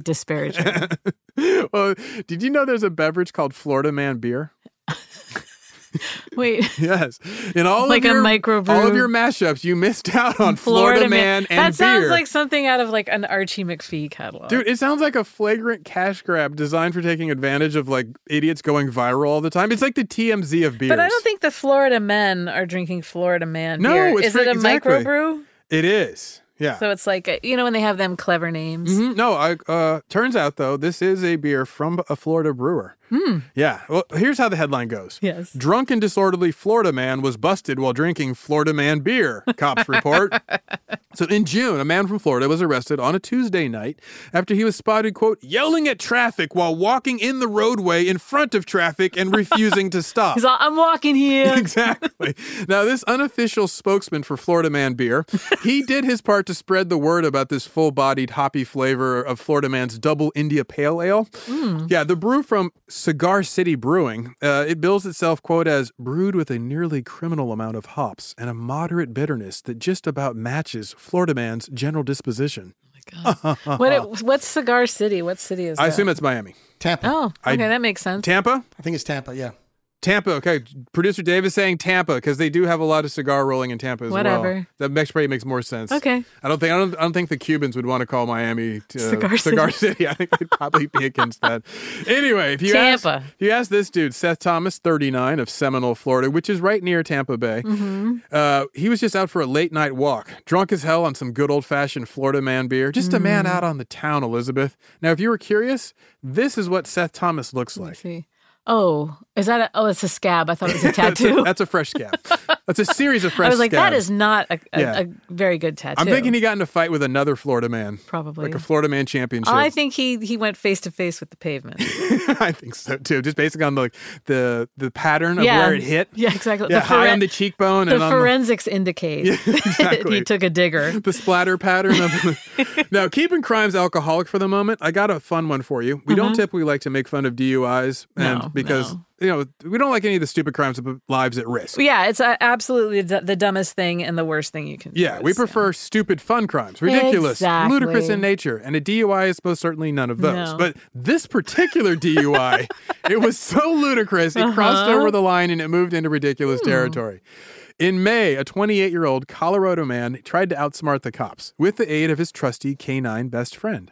[SPEAKER 8] disparager.
[SPEAKER 7] well, did you know there's a beverage called Florida Man beer?
[SPEAKER 8] Wait.
[SPEAKER 7] Yes, in all
[SPEAKER 8] Like a
[SPEAKER 7] of your,
[SPEAKER 8] microbrew.
[SPEAKER 7] all of your mashups, you missed out on Florida, Man and
[SPEAKER 8] that sounds
[SPEAKER 7] beer.
[SPEAKER 8] like something out of like an Archie McPhee catalog.
[SPEAKER 7] Dude, it sounds like a flagrant cash grab designed for taking advantage of like idiots going viral all the time. It's like the TMZ of beers.
[SPEAKER 8] but I don't think the Florida men are drinking Florida Man
[SPEAKER 7] No,
[SPEAKER 8] beer.
[SPEAKER 7] it's
[SPEAKER 8] Is it
[SPEAKER 7] fr-
[SPEAKER 8] a
[SPEAKER 7] exactly.
[SPEAKER 8] microbrew?
[SPEAKER 7] it is. Yeah.
[SPEAKER 8] So mm-hmm. it's like, uh, you know, when they have them clever names.
[SPEAKER 7] Mhm. No, I, uh, turns out though, this is a beer from a Florida brewer. Yeah. Well, here's how the headline goes.
[SPEAKER 8] Hmm. Yes.
[SPEAKER 7] Drunk and disorderly Florida man was busted while drinking Florida man beer, cops report. so in June, a man from Florida was arrested on a Tuesday night after he was spotted, quote, yelling at traffic while walking in the roadway in front of traffic and refusing to stop.
[SPEAKER 8] He's all, I'm walking here.
[SPEAKER 7] Exactly. Now, this unofficial spokesman for Florida Man Beer, he did his part to spread the word about this full bodied hoppy flavor of Florida Man's Double India Pale Ale.
[SPEAKER 8] Hmm.
[SPEAKER 7] Yeah, the brew from Cigar City Brewing, uh, it bills itself, quote, as brewed with a nearly criminal amount of hops and a moderate bitterness that just about matches Florida Man's general disposition.
[SPEAKER 8] what it, what's Cigar City? What city is that?
[SPEAKER 7] I assume that's Miami.
[SPEAKER 9] Tampa.
[SPEAKER 8] Oh, okay,
[SPEAKER 7] I-
[SPEAKER 8] that makes sense.
[SPEAKER 7] Tampa?
[SPEAKER 9] I think it's Tampa. Yeah.
[SPEAKER 7] Tampa, okay. Producer Dave is saying Tampa because they do have a lot of cigar rolling in Tampa as well.
[SPEAKER 8] Whatever.
[SPEAKER 7] That makes probably makes more sense.
[SPEAKER 8] Okay.
[SPEAKER 7] I don't think I don't, I don't think the Cubans would want to call Miami uh,
[SPEAKER 8] Cigar
[SPEAKER 7] Cigar City. I think they'd probably be against that. Anyway, if you ask
[SPEAKER 8] Tampa.
[SPEAKER 7] if you ask this dude Seth Thomas, 39 of Seminole, Florida, which is right near Tampa Bay,
[SPEAKER 8] Mm-hmm.
[SPEAKER 7] uh, he was just out for a late night walk, drunk as hell on some good old fashioned Florida man beer. Just a
[SPEAKER 8] Mm.
[SPEAKER 7] man out on the town, Elizabeth. Now, if you were curious, this is what Seth Thomas looks
[SPEAKER 8] Let's
[SPEAKER 7] like.
[SPEAKER 8] see. Oh, is that a, oh, it's a scab. I thought it was a tattoo.
[SPEAKER 7] That's a fresh scab. That's a series of fresh.
[SPEAKER 8] I was like, that
[SPEAKER 7] scabs.
[SPEAKER 8] is not a, a,
[SPEAKER 7] Yeah.
[SPEAKER 8] a very good tattoo.
[SPEAKER 7] I'm thinking he got in a fight with another Florida man,
[SPEAKER 8] probably.
[SPEAKER 7] like a Florida man championship.
[SPEAKER 8] I think he he went face to face with the pavement.
[SPEAKER 7] I think so too. Just based on the the the pattern of
[SPEAKER 8] yeah,
[SPEAKER 7] where it hit.
[SPEAKER 8] Yeah, exactly.
[SPEAKER 7] Yeah, high
[SPEAKER 8] foren-
[SPEAKER 7] on the cheekbone
[SPEAKER 8] the
[SPEAKER 7] and on the-
[SPEAKER 8] forensics indicate
[SPEAKER 7] exactly.
[SPEAKER 8] he took a digger.
[SPEAKER 7] the splatter pattern of now keeping crimes alcoholic for the moment i got a fun one for you we don't typically like to make fun of duis and
[SPEAKER 8] Mm-hmm. No,
[SPEAKER 7] because
[SPEAKER 8] no.
[SPEAKER 7] you know we don't like any of the stupid crimes that put lives at risk
[SPEAKER 8] Yeah, it's uh, absolutely d- the dumbest thing and the worst thing you can. do
[SPEAKER 7] yeah we
[SPEAKER 8] is-
[SPEAKER 7] prefer stupid fun crimes ridiculous ludicrous
[SPEAKER 8] Exactly.
[SPEAKER 7] in nature and a dui is most certainly none of those
[SPEAKER 8] No.
[SPEAKER 7] but this particular dui it was so ludicrous it crossed
[SPEAKER 8] Uh-huh.
[SPEAKER 7] over the line and it moved into ridiculous
[SPEAKER 8] Hmm.
[SPEAKER 7] territory In May, a 28 year old Colorado man tried to outsmart the cops with the aid of his trusty canine best friend.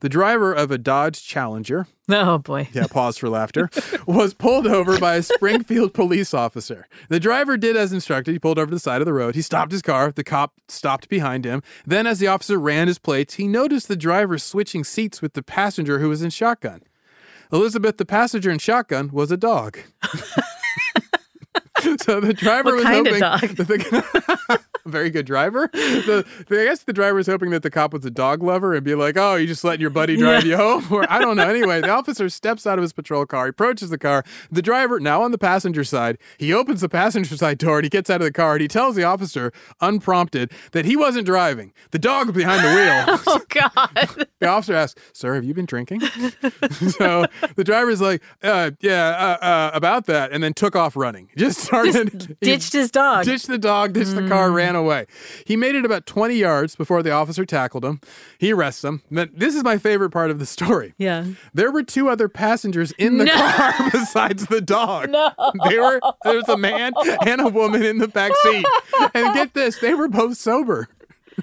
[SPEAKER 7] The driver of a Dodge Challenger,
[SPEAKER 8] Oh boy.
[SPEAKER 7] yeah, pause for laughter, was pulled over by a Springfield police officer. The driver did as instructed. He pulled over to the side of the road. He stopped his car. The cop stopped behind him. Then, as the officer ran his plates, he noticed the driver switching seats with the passenger who was in shotgun. Elizabeth, the passenger in shotgun, was a dog. so the driver
[SPEAKER 8] What
[SPEAKER 7] was
[SPEAKER 8] kind of
[SPEAKER 7] hoping
[SPEAKER 8] dog?
[SPEAKER 7] that the- very good driver. The, the- I guess the driver was hoping that the cop was a dog lover and be like, "Oh, you just letting your buddy drive you home," or I don't know. Anyway, the officer steps out of his patrol car, he approaches the car. The driver, now on the passenger side, he opens the passenger side door and he gets out of the car and he tells the officer, unprompted, that he wasn't driving. The dog was behind the wheel.
[SPEAKER 8] Oh God.
[SPEAKER 7] The officer asks, "Sir, have you been drinking?" so the driver's like, uh, "Yeah, uh, uh, about that," and then took off running. Just started he
[SPEAKER 8] Ditched his dog. Hmm.
[SPEAKER 7] Ditched the dog, ditched the car, ran away. He made it about 20 yards before the officer tackled him. He arrests him. Then- This is my favorite part of the story.
[SPEAKER 8] yeah.
[SPEAKER 7] There were two other passengers in the car besides the dog. No. They were there's a man and a woman in the back seat. And get this, they were both sober.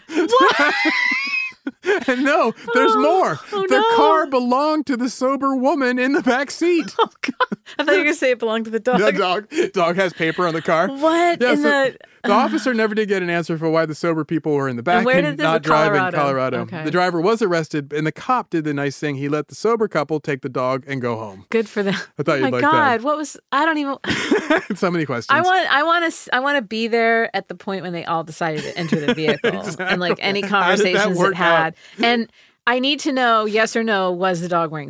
[SPEAKER 7] and no, there's more. the
[SPEAKER 8] Oh, no.
[SPEAKER 7] car belonged to the sober woman in the back seat.
[SPEAKER 8] Oh God. I thought you were gonna say it belonged to the dog.
[SPEAKER 7] The dog dog has paper on the car.
[SPEAKER 8] What
[SPEAKER 7] Yeah,
[SPEAKER 8] in
[SPEAKER 7] so
[SPEAKER 8] the?
[SPEAKER 7] the officer never did get an answer for why the sober people were in the back
[SPEAKER 8] where
[SPEAKER 7] and,
[SPEAKER 8] did this-
[SPEAKER 7] not driving Colorado.
[SPEAKER 8] Colorado. Okay.
[SPEAKER 7] The driver was arrested, and the cop did the nice thing. He let the sober couple take the dog and go home.
[SPEAKER 8] Good for them.
[SPEAKER 7] I thought
[SPEAKER 8] oh
[SPEAKER 7] you'd
[SPEAKER 8] my
[SPEAKER 7] like that.
[SPEAKER 8] God, what was? I don't even.
[SPEAKER 7] so many questions.
[SPEAKER 8] I want. I want to. I want to be there at the point when they all decided to enter the vehicle and like any
[SPEAKER 7] How did that
[SPEAKER 8] conversations
[SPEAKER 7] work
[SPEAKER 8] it had.
[SPEAKER 7] out?
[SPEAKER 8] And I need to know yes or no was the dog wearing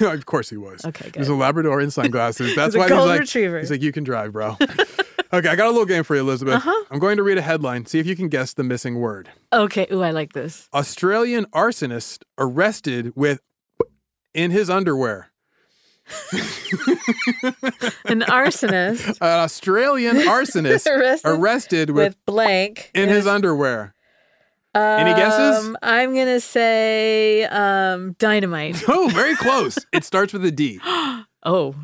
[SPEAKER 7] of course he was.
[SPEAKER 8] Okay,
[SPEAKER 7] He was a
[SPEAKER 8] good.
[SPEAKER 7] Labrador in sunglasses. That's
[SPEAKER 8] a
[SPEAKER 7] why he's
[SPEAKER 8] golden
[SPEAKER 7] like,
[SPEAKER 8] retriever.
[SPEAKER 7] he's like, you can drive, bro. okay, I got a little game for you, Elizabeth.
[SPEAKER 8] Uh-huh.
[SPEAKER 7] I'm going to read a headline. See if you can guess the missing word.
[SPEAKER 8] Okay. Ooh, I like this.
[SPEAKER 7] Australian arsonist arrested with in his underwear.
[SPEAKER 8] An arsonist
[SPEAKER 7] An Australian arsonist
[SPEAKER 8] Arrested
[SPEAKER 7] arrested with
[SPEAKER 8] with blank
[SPEAKER 7] in his underwear.
[SPEAKER 8] Um,
[SPEAKER 7] Any guesses?
[SPEAKER 8] I'm gonna say um, dynamite.
[SPEAKER 7] Oh, very close. it starts with a D.
[SPEAKER 8] Oh,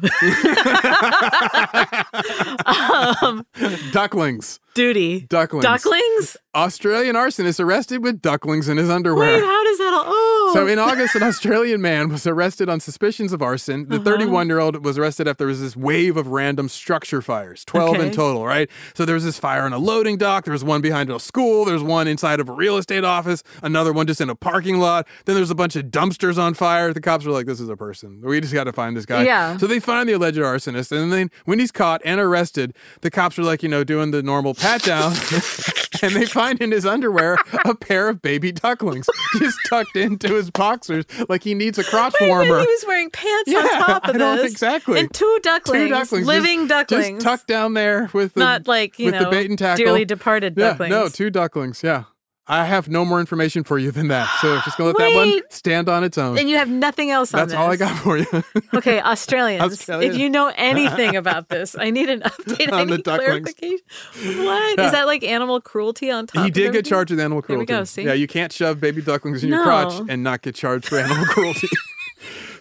[SPEAKER 7] Ducklings.
[SPEAKER 8] duty.
[SPEAKER 7] Ducklings.
[SPEAKER 8] Ducklings?
[SPEAKER 7] Australian arsonist arrested with ducklings in his underwear.
[SPEAKER 8] Wait, how does that all? Oh,
[SPEAKER 7] So in August, an Australian man was arrested on suspicions of arson.
[SPEAKER 8] Uh-huh.
[SPEAKER 7] The 31 year old was arrested after there was this wave of random structure fires, 12 in
[SPEAKER 8] Okay.
[SPEAKER 7] total, right? So there was this fire in a loading dock. There was one behind a school. There's one inside of a real estate office. Another one just in a parking lot. Then there's a bunch of dumpsters on fire. The cops were like, "This is a person. We just got to find this guy."
[SPEAKER 8] Yeah.
[SPEAKER 7] So they find the alleged arsonist, and then when he's caught and arrested, the cops are like, you know, doing the normal pat down. and they find in his underwear a pair of baby ducklings just tucked into his boxers like he needs a crotch
[SPEAKER 8] wait, wait, he
[SPEAKER 7] warmer.
[SPEAKER 8] was wearing pants on
[SPEAKER 7] Yeah,
[SPEAKER 8] top of
[SPEAKER 7] I know,
[SPEAKER 8] this.
[SPEAKER 7] exactly.
[SPEAKER 8] And two ducklings,
[SPEAKER 7] Two ducklings,
[SPEAKER 8] living
[SPEAKER 7] just,
[SPEAKER 8] ducklings,
[SPEAKER 7] just tucked down there with the,
[SPEAKER 8] not like you
[SPEAKER 7] with
[SPEAKER 8] know
[SPEAKER 7] the bait and tackle.
[SPEAKER 8] dearly departed
[SPEAKER 7] yeah,
[SPEAKER 8] ducklings.
[SPEAKER 7] no, two ducklings. Yeah, I have no more information for you than that. So just gonna let that one
[SPEAKER 8] Wait.
[SPEAKER 7] stand on its own.
[SPEAKER 8] and you have nothing else on
[SPEAKER 7] That's all I
[SPEAKER 8] this.
[SPEAKER 7] got for you.
[SPEAKER 8] Okay, Australians.
[SPEAKER 7] Australian.
[SPEAKER 8] If you know anything about this, I need an update. I
[SPEAKER 7] On the
[SPEAKER 8] need
[SPEAKER 7] ducklings.
[SPEAKER 8] clarification. What is
[SPEAKER 7] Yeah.
[SPEAKER 8] that like animal cruelty on top?
[SPEAKER 7] He
[SPEAKER 8] of
[SPEAKER 7] did
[SPEAKER 8] everything?
[SPEAKER 7] get charged with animal
[SPEAKER 8] There we
[SPEAKER 7] cruelty.
[SPEAKER 8] go, see?
[SPEAKER 7] Yeah, you can't shove baby ducklings in your
[SPEAKER 8] No.
[SPEAKER 7] crotch and not get charged for animal cruelty.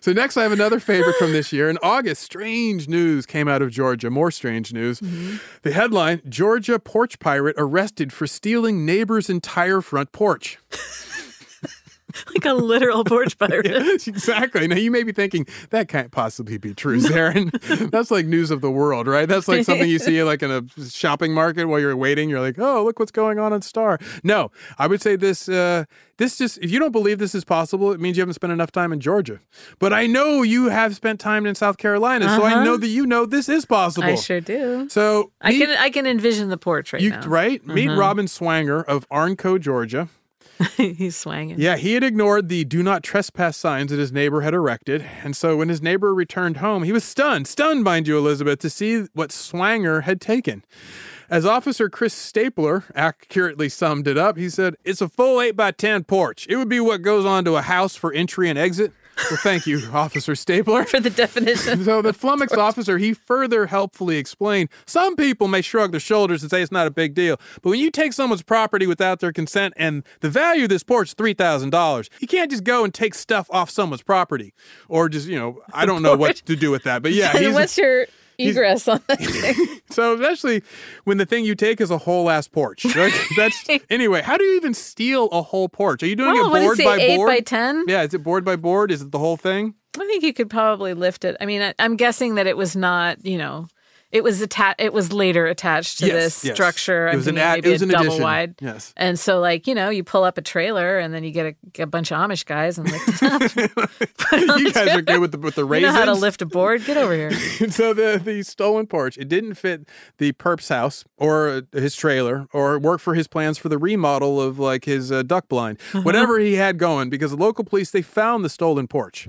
[SPEAKER 7] so next, I have another favorite from this year. In August, strange news came out of Georgia. More strange news.
[SPEAKER 8] Mm-hmm.
[SPEAKER 7] The headline: Georgia porch pirate arrested for stealing neighbor's entire front porch.
[SPEAKER 8] like a literal porch pirate.
[SPEAKER 7] exactly. Now you may be thinking that can't possibly be true, Zarin. That's like news of the world, right? That's like something you see like in a shopping market while you're waiting. You're like, oh, look what's going on in Star. No, I would say this. Uh, this just if you don't believe this is possible, it means you haven't spent enough time in Georgia. But I know you have spent time in South Carolina, so I know that you know this is possible.
[SPEAKER 8] Uh-huh. I sure do.
[SPEAKER 7] So
[SPEAKER 8] I
[SPEAKER 7] meet-
[SPEAKER 8] Mm-hmm. can I can envision the porch right
[SPEAKER 7] you-
[SPEAKER 8] now.
[SPEAKER 7] right? Meet Robin Swanger of Arnco, Georgia.
[SPEAKER 8] He's swanging.
[SPEAKER 7] Yeah, he had ignored the do not trespass signs that his neighbor had erected. And so when his neighbor returned home, he was stunned, stunned, mind you, Elizabeth, to see what Swanger had taken. As Officer Chris Stapler accurately summed it up, he said, It's a full 8 by 10 porch. It would be what goes onto a house for entry and exit. Well, thank you, Officer Stapler.
[SPEAKER 8] For the definition.
[SPEAKER 7] So the flummoxed officer, he further helpfully explained, some people may shrug their shoulders and say it's not a big deal, but when you take someone's property without their consent and the value of this porch is $3,000, you can't just go and take stuff off someone's property or just, you know, I don't know what to do with that. But yeah,
[SPEAKER 8] and
[SPEAKER 7] he's,
[SPEAKER 8] what's your egress on that thing?
[SPEAKER 7] so especially when the thing you take is a whole ass porch. Like, that's anyway, how do you even steal a whole porch? Are you doing
[SPEAKER 8] Well,
[SPEAKER 7] it
[SPEAKER 8] what
[SPEAKER 7] board
[SPEAKER 8] is it,
[SPEAKER 7] by
[SPEAKER 8] 8
[SPEAKER 7] board?
[SPEAKER 8] by 10?
[SPEAKER 7] Yeah, is it board by board? Is it the whole thing?
[SPEAKER 8] I think you could probably lift it. I mean, I, I'm guessing that it was not, you know, it was attached. It was later attached to
[SPEAKER 7] Yes,
[SPEAKER 8] this
[SPEAKER 7] yes.
[SPEAKER 8] structure.
[SPEAKER 7] It
[SPEAKER 8] I'm
[SPEAKER 7] was an
[SPEAKER 8] thinking
[SPEAKER 7] ad-
[SPEAKER 8] maybe
[SPEAKER 7] it was
[SPEAKER 8] a
[SPEAKER 7] an
[SPEAKER 8] double
[SPEAKER 7] addition.
[SPEAKER 8] wide.
[SPEAKER 7] Yes.
[SPEAKER 8] And so, like you know, you pull up a trailer, and then you get a, get a bunch of Amish guys and lift it up.
[SPEAKER 7] you guys are good with the with the
[SPEAKER 8] you
[SPEAKER 7] raisins.
[SPEAKER 8] know how to lift a board? Get over here.
[SPEAKER 7] And so the the stolen porch it didn't fit the perp's house or his trailer or work for his plans for the remodel of like his uh, duck blind whatever he had going because the local police they found the stolen porch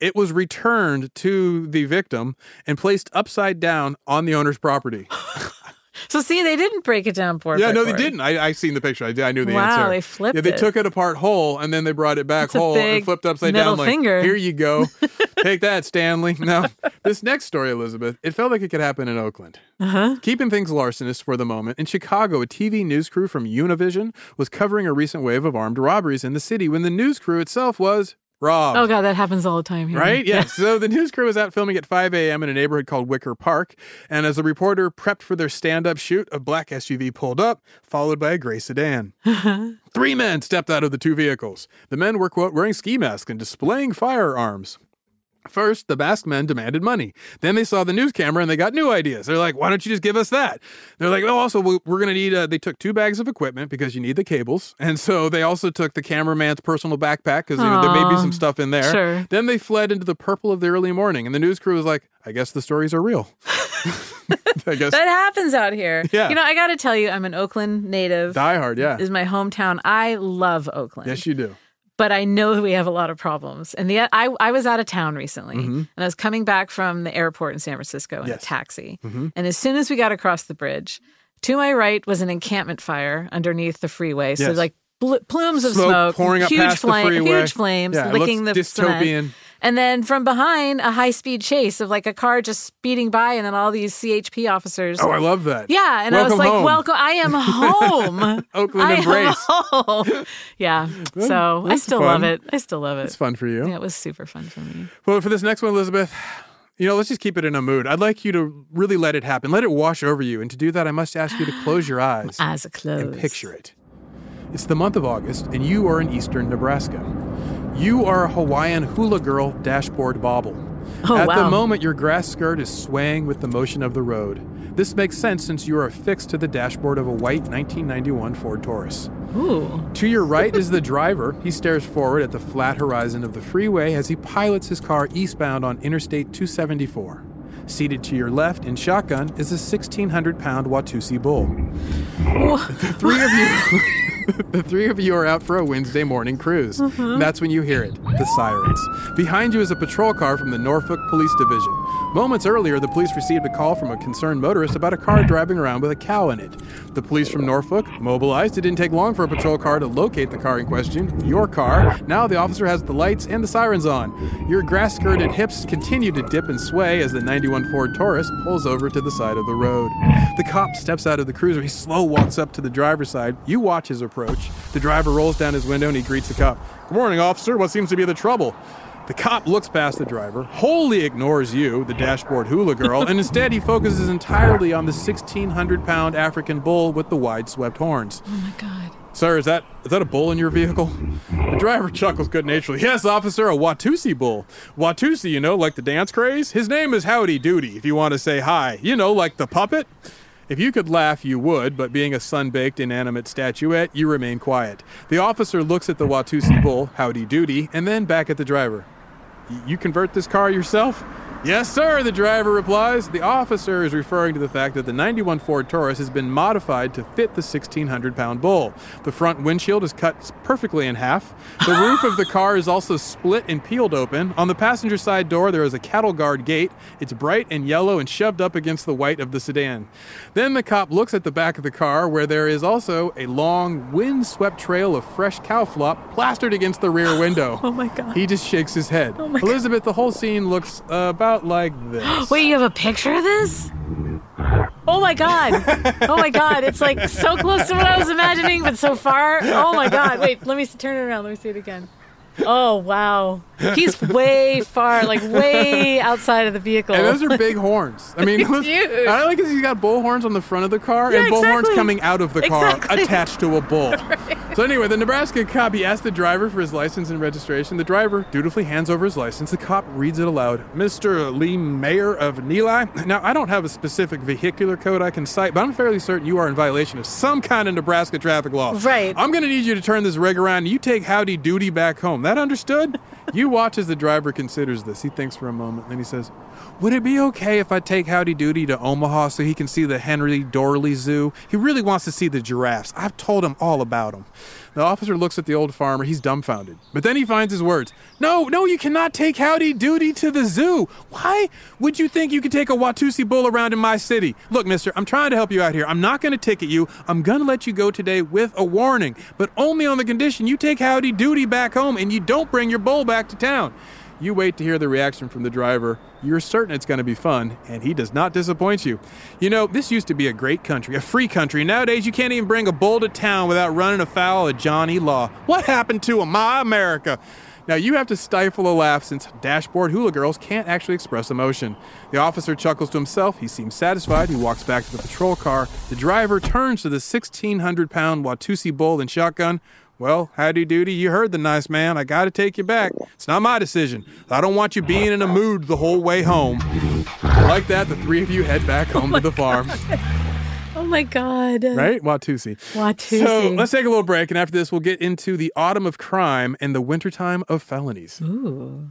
[SPEAKER 7] it was returned to the victim and placed upside down on the owner's property
[SPEAKER 8] So see, they didn't break it down board.
[SPEAKER 7] yeah
[SPEAKER 8] by
[SPEAKER 7] no they
[SPEAKER 8] board.
[SPEAKER 7] didn't i i seen the picture i, did- I knew the
[SPEAKER 8] Wow,
[SPEAKER 7] answer
[SPEAKER 8] they flipped
[SPEAKER 7] yeah they
[SPEAKER 8] it.
[SPEAKER 7] took it apart whole and then they brought it back
[SPEAKER 8] a
[SPEAKER 7] whole and
[SPEAKER 8] big
[SPEAKER 7] flipped upside
[SPEAKER 8] middle
[SPEAKER 7] down like
[SPEAKER 8] finger.
[SPEAKER 7] here you go take that stanley no this next story elizabeth it felt like it could happen in oakland
[SPEAKER 8] Uh-huh.
[SPEAKER 7] Keeping things larcenous for the moment, in Chicago, a TV news crew from Univision was covering a recent wave of armed robberies in the city when the news crew itself was robbed.
[SPEAKER 8] Oh god, that happens all the time here.
[SPEAKER 7] Right? Yes. So the news crew was out filming at 5 a.m. in a neighborhood called Wicker Park. And as the reporter prepped for their stand up shoot, a black SUV pulled up, followed by a gray sedan. Three men stepped out of the two vehicles. The men were, quote, wearing ski masks and displaying firearms. First, the masked men demanded money. Then they saw the news camera and they got new ideas. They're like, why don't you just give us that? They're like, oh, also, we- we're going to need, uh, they took two bags of equipment because you need the cables. And so they also took the cameraman's personal backpack because you know, there may be
[SPEAKER 8] Aw,
[SPEAKER 7] some stuff in there.
[SPEAKER 8] sure.
[SPEAKER 7] Then they fled into the purple of the early morning. And the news crew was like, I guess the stories are real. I guess
[SPEAKER 8] That happens out here.
[SPEAKER 7] Yeah.
[SPEAKER 8] You know, I got to tell you, I'm an Oakland native.
[SPEAKER 7] die hard. Yeah.
[SPEAKER 8] Is my hometown. I love Oakland.
[SPEAKER 7] Yes, you do.
[SPEAKER 8] but I know that we have a lot of problems. And the I, I was out of town recently, and I was coming back from the airport in San Francisco
[SPEAKER 7] Mm-hmm.
[SPEAKER 8] in
[SPEAKER 7] Yes. Mm-hmm.
[SPEAKER 8] a taxi. And as soon as we got across the bridge, to my right was an encampment fire underneath the freeway. So
[SPEAKER 7] Yes.
[SPEAKER 8] like bl- plumes of
[SPEAKER 7] Smoke
[SPEAKER 8] smoke,
[SPEAKER 7] pouring up
[SPEAKER 8] huge
[SPEAKER 7] past the
[SPEAKER 8] flame-
[SPEAKER 7] freeway.
[SPEAKER 8] huge flames,
[SPEAKER 7] Yeah, it
[SPEAKER 8] licking
[SPEAKER 7] looks
[SPEAKER 8] the cement.
[SPEAKER 7] dystopian.
[SPEAKER 8] And then from behind, a high speed chase of like a car just speeding by, and then all these CHP officers.
[SPEAKER 7] Oh, I love that.
[SPEAKER 8] Yeah, and I was
[SPEAKER 7] Welcome
[SPEAKER 8] like,
[SPEAKER 7] home.
[SPEAKER 8] "Welcome, I am home,
[SPEAKER 7] Oakland
[SPEAKER 8] I am
[SPEAKER 7] embrace.
[SPEAKER 8] home." yeah, so I
[SPEAKER 7] that's
[SPEAKER 8] still
[SPEAKER 7] fun.
[SPEAKER 8] love it. I still love it.
[SPEAKER 7] It's fun for you.
[SPEAKER 8] Yeah, it was super fun for me.
[SPEAKER 7] Well, for this next one, Elizabeth, You know, let's just keep it in a mood. I'd like you to really let it happen. Let it wash over you. And to do that, I must ask you to close your eyes
[SPEAKER 8] Eyes are closed.
[SPEAKER 7] and picture it. It's the month of August, and you are in eastern Nebraska. You are a Hawaiian hula girl dashboard bobble.
[SPEAKER 8] Oh,
[SPEAKER 7] At the
[SPEAKER 8] wow.
[SPEAKER 7] moment, your grass skirt is swaying with the motion of the road. This makes sense since you are affixed to the dashboard of a white 1991 Ford Taurus.
[SPEAKER 8] Ooh.
[SPEAKER 7] To your right is the driver. He stares forward at the flat horizon of the freeway as he pilots his car eastbound on Interstate 274. Seated to your left in shotgun is a 1,600 pound Watusi bull. The three of you. The three of you are out for a Wednesday morning cruise. That's when you hear it, the sirens. Behind you is a patrol car from the Norfolk Police Division. Moments earlier, the police received a call from a concerned motorist about a car driving around with a cow in it. The police from Norfolk mobilized. It didn't take long for a patrol car to locate the car in question, your car. Now the officer has the lights and the sirens on. Your grass skirted hips continue to dip and sway as the 91 Ford Taurus pulls over to the side of the road. The cop steps out of the cruiser. He slow walks up to the driver's side. You watch his approach. The driver rolls down his window and he greets the cop. Good morning, officer. What seems to be the trouble? The cop looks past the driver, wholly ignores you, the dashboard hula girl, and instead he focuses entirely on the 1,600 pound African bull with the wide swept horns.
[SPEAKER 8] Oh my God.
[SPEAKER 7] Sir, is that is that a bull in your vehicle? The driver chuckles good naturedly. Yes, officer, a Watusi bull. Watusi, you know, like the dance craze? His name is Howdy Doody, if you want to say hi. You know, like the puppet? If you could laugh, you would, but being a sun-baked, inanimate statuette, you remain quiet. The officer looks at the Watusi bull, Howdy Doody, and then back at the driver. "Y- You convert this car yourself? Yes, sir, the driver replies. The officer is referring to the fact that the 91 Ford Taurus has been modified to fit the 1,600 pound bull. The front windshield is cut s- perfectly in half. The roof of the car is also split and peeled open. On the passenger side door, there is a cattle guard gate. It's bright and yellow and shoved up against the white of the sedan. Then the cop looks at the back of the car, where there is also a long, windswept trail of fresh cow flop plastered against the rear window.
[SPEAKER 8] Oh my God.
[SPEAKER 7] He just shakes his head.
[SPEAKER 8] Oh my God.
[SPEAKER 7] Elizabeth, the whole scene looks about like this.
[SPEAKER 8] Wait, you have a picture of this? Oh my god! Oh my god! It's like so close to what I was imagining, but so far. Oh my god! Wait, let me s- turn it around. Let me see it again. Oh wow! He's way far, like way outside of the vehicle.
[SPEAKER 7] And those are big horns. I mean, those-
[SPEAKER 8] Huge.
[SPEAKER 7] I like is he's got bull horns on the front of the car
[SPEAKER 8] Yeah,
[SPEAKER 7] and bull horns
[SPEAKER 8] exactly.
[SPEAKER 7] coming out of the car
[SPEAKER 8] Exactly.
[SPEAKER 7] attached to a bull. So anyway, the Nebraska cop he asked the driver for his license and registration. The driver dutifully hands over his license. The cop reads it aloud. Mr. Lee Mayor of Neely. Now I don't have a specific vehicular code I can cite, but I'm fairly certain you are in violation of some kind of Nebraska traffic law.
[SPEAKER 8] Right.
[SPEAKER 7] I'm gonna need you to turn this rig around and you take howdy doody back home. That understood? you watch as the driver considers this. He thinks for a moment, then he says, Would it be okay if I take howdy doody to Omaha so he can see the Henry Dorley Zoo? He really wants to see the giraffes. I've told him all about them. The officer looks at the old farmer. He's dumbfounded. But then he finds his words. No, no, you cannot take howdy doody to the zoo. Why would you think you could take a Watusi bull around in my city? Look, mister, I'm trying to help you out here. I'm not going to ticket you. I'm going to let you go today with a warning, but only on the condition you take howdy doody back home and you don't bring your bull back to town. You wait to hear the reaction from the driver. You're certain it's going to be fun, and he does not disappoint you. You know, this used to be a great country, a free country. Nowadays, you can't even bring a bull to town without running afoul of Johnny Law. What happened to him, my America? Now, you have to stifle a laugh since dashboard hula girls can't actually express emotion. The officer chuckles to himself. He seems satisfied. He walks back to the patrol car. The driver turns to the 1,600 pound Watusi bull and shotgun. Well, howdy doody, you heard the nice man. I gotta take you back. It's not my decision. I don't want you being in a mood the whole way home. Like that, the three of you head back home to the farm.
[SPEAKER 8] oh my god!
[SPEAKER 7] Right? Watusi.
[SPEAKER 8] Watusi.
[SPEAKER 7] So let's take a little break, and after this, we'll get into the autumn of crime and the wintertime of felonies.
[SPEAKER 8] Ooh.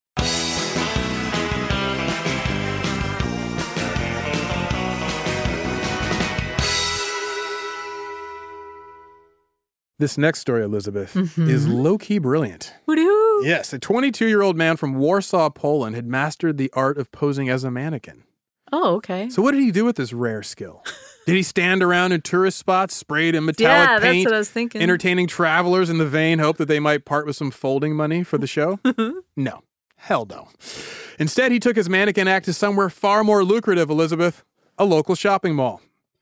[SPEAKER 7] This next story, Elizabeth,
[SPEAKER 8] Mhm.
[SPEAKER 7] is low key brilliant. Yes, a 22 year old man from Warsaw, Poland, had mastered the art of posing as a mannequin.
[SPEAKER 8] Oh, okay.
[SPEAKER 7] So, what did he do with this rare skill? Did he stand around in tourist spots, sprayed in metallic
[SPEAKER 8] Yeah, that's
[SPEAKER 7] paint,
[SPEAKER 8] what I was thinking.
[SPEAKER 7] entertaining travelers in the vain hope that they might part with some folding money for the show?
[SPEAKER 8] Uh-huh.
[SPEAKER 7] no. Hell no. Instead, he took his mannequin act to somewhere far more lucrative, Elizabeth, a local shopping mall.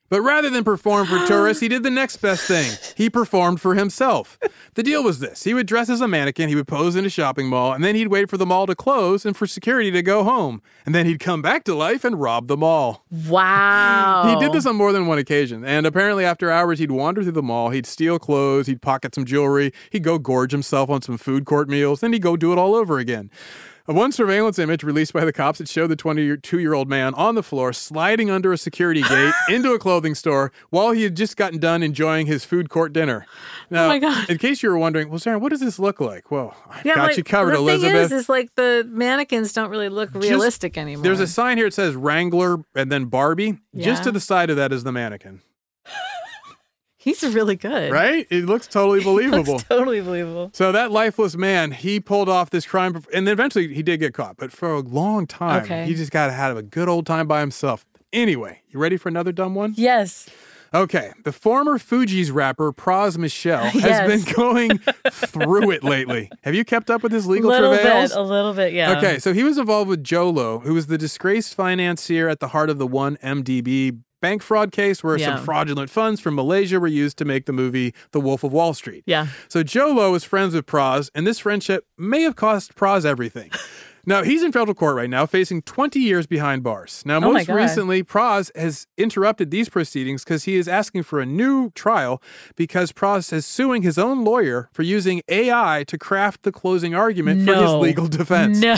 [SPEAKER 7] But rather than perform for tourists, he did the next best thing. He performed for himself. The deal was this he would dress as a mannequin, he would pose in a shopping mall, and then he'd wait for the mall to close and for security to go home. And then he'd come back to life and rob the mall.
[SPEAKER 8] Wow.
[SPEAKER 7] He
[SPEAKER 8] Oh.
[SPEAKER 7] did this on more than one occasion. And apparently, after hours, he'd wander through the mall, he'd steal clothes, he'd pocket some jewelry, he'd go gorge himself on some food court meals, then he'd go do it all over again. One surveillance image released by the cops it showed the 22 year old man on the floor sliding under a security gate into a clothing store while he had just gotten done enjoying his food court dinner. Now,
[SPEAKER 8] Oh my God.
[SPEAKER 7] in case you were wondering, well, Sarah, what does this look like? Well, I
[SPEAKER 8] Yeah,
[SPEAKER 7] got
[SPEAKER 8] like,
[SPEAKER 7] you covered,
[SPEAKER 8] the
[SPEAKER 7] Elizabeth.
[SPEAKER 8] thing is, is like the mannequins don't really look
[SPEAKER 7] Just-
[SPEAKER 8] realistic anymore.
[SPEAKER 7] There's a sign here that says Wrangler and then Barbie. Just
[SPEAKER 8] Yeah.
[SPEAKER 7] to the side of that is the mannequin.
[SPEAKER 8] He's really good.
[SPEAKER 7] Right? It looks totally believable.
[SPEAKER 8] Looks totally believable.
[SPEAKER 7] so that lifeless man, he pulled off this crime, and then eventually he did get caught. But for a long time,
[SPEAKER 8] Okay.
[SPEAKER 7] he just got to have a good old time by himself. Anyway, you ready for another dumb one?
[SPEAKER 8] Yes.
[SPEAKER 7] Okay, the former Fuji's rapper Praz Michelle has
[SPEAKER 8] Yes.
[SPEAKER 7] been going through it lately. Have you kept up with his
[SPEAKER 8] A
[SPEAKER 7] legal
[SPEAKER 8] little
[SPEAKER 7] travails?
[SPEAKER 8] bit, a little bit, yeah.
[SPEAKER 7] Okay, so he was involved with Jolo, who was the disgraced financier at the heart of the one MDB bank fraud case where
[SPEAKER 8] Yeah.
[SPEAKER 7] some fraudulent funds from Malaysia were used to make the movie The Wolf of Wall Street.
[SPEAKER 8] Yeah.
[SPEAKER 7] So Jolo is friends with Praz, and this friendship may have cost Praz everything. Now he's in federal court right now, facing 20 years behind bars. Now,
[SPEAKER 8] Oh my
[SPEAKER 7] most
[SPEAKER 8] God.
[SPEAKER 7] recently, Praz has interrupted these proceedings because he is asking for a new trial because Praz is suing his own lawyer for using AI to craft the closing argument for his
[SPEAKER 8] No.
[SPEAKER 7] legal defense.
[SPEAKER 8] No.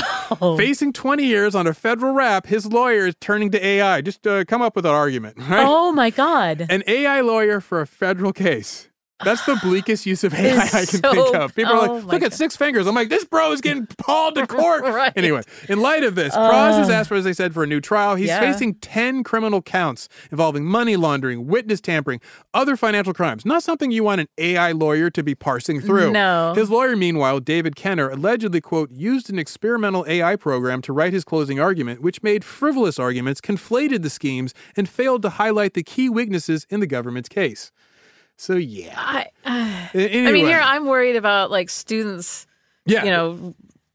[SPEAKER 7] Facing 20 years on a federal rap, his lawyer is turning to AI. Just uh, come up with an argument, right?
[SPEAKER 8] Oh my God.
[SPEAKER 7] An AI lawyer for a federal case. That's the bleakest use of AI I can
[SPEAKER 8] so-
[SPEAKER 7] think of. People are
[SPEAKER 8] oh
[SPEAKER 7] like,
[SPEAKER 8] my
[SPEAKER 7] look at six fingers. I'm like, this bro is getting hauled to court.
[SPEAKER 8] Right.
[SPEAKER 7] Anyway, in light of this,
[SPEAKER 8] Uh.
[SPEAKER 7] Praz has asked for, as I said, for a new trial. He's
[SPEAKER 8] Yeah.
[SPEAKER 7] facing 10 criminal counts involving money laundering, witness tampering, other financial crimes. Not something you want an AI lawyer to be parsing through.
[SPEAKER 8] No.
[SPEAKER 7] His lawyer, meanwhile, David Kenner, allegedly, quote, used an experimental AI program to write his closing argument, which made frivolous arguments, conflated the schemes, and failed to highlight the key weaknesses in the government's case. So, yeah.
[SPEAKER 8] I,
[SPEAKER 7] A- Anyway,
[SPEAKER 8] I mean, here I'm worried about like students,
[SPEAKER 7] Yeah.
[SPEAKER 8] you know,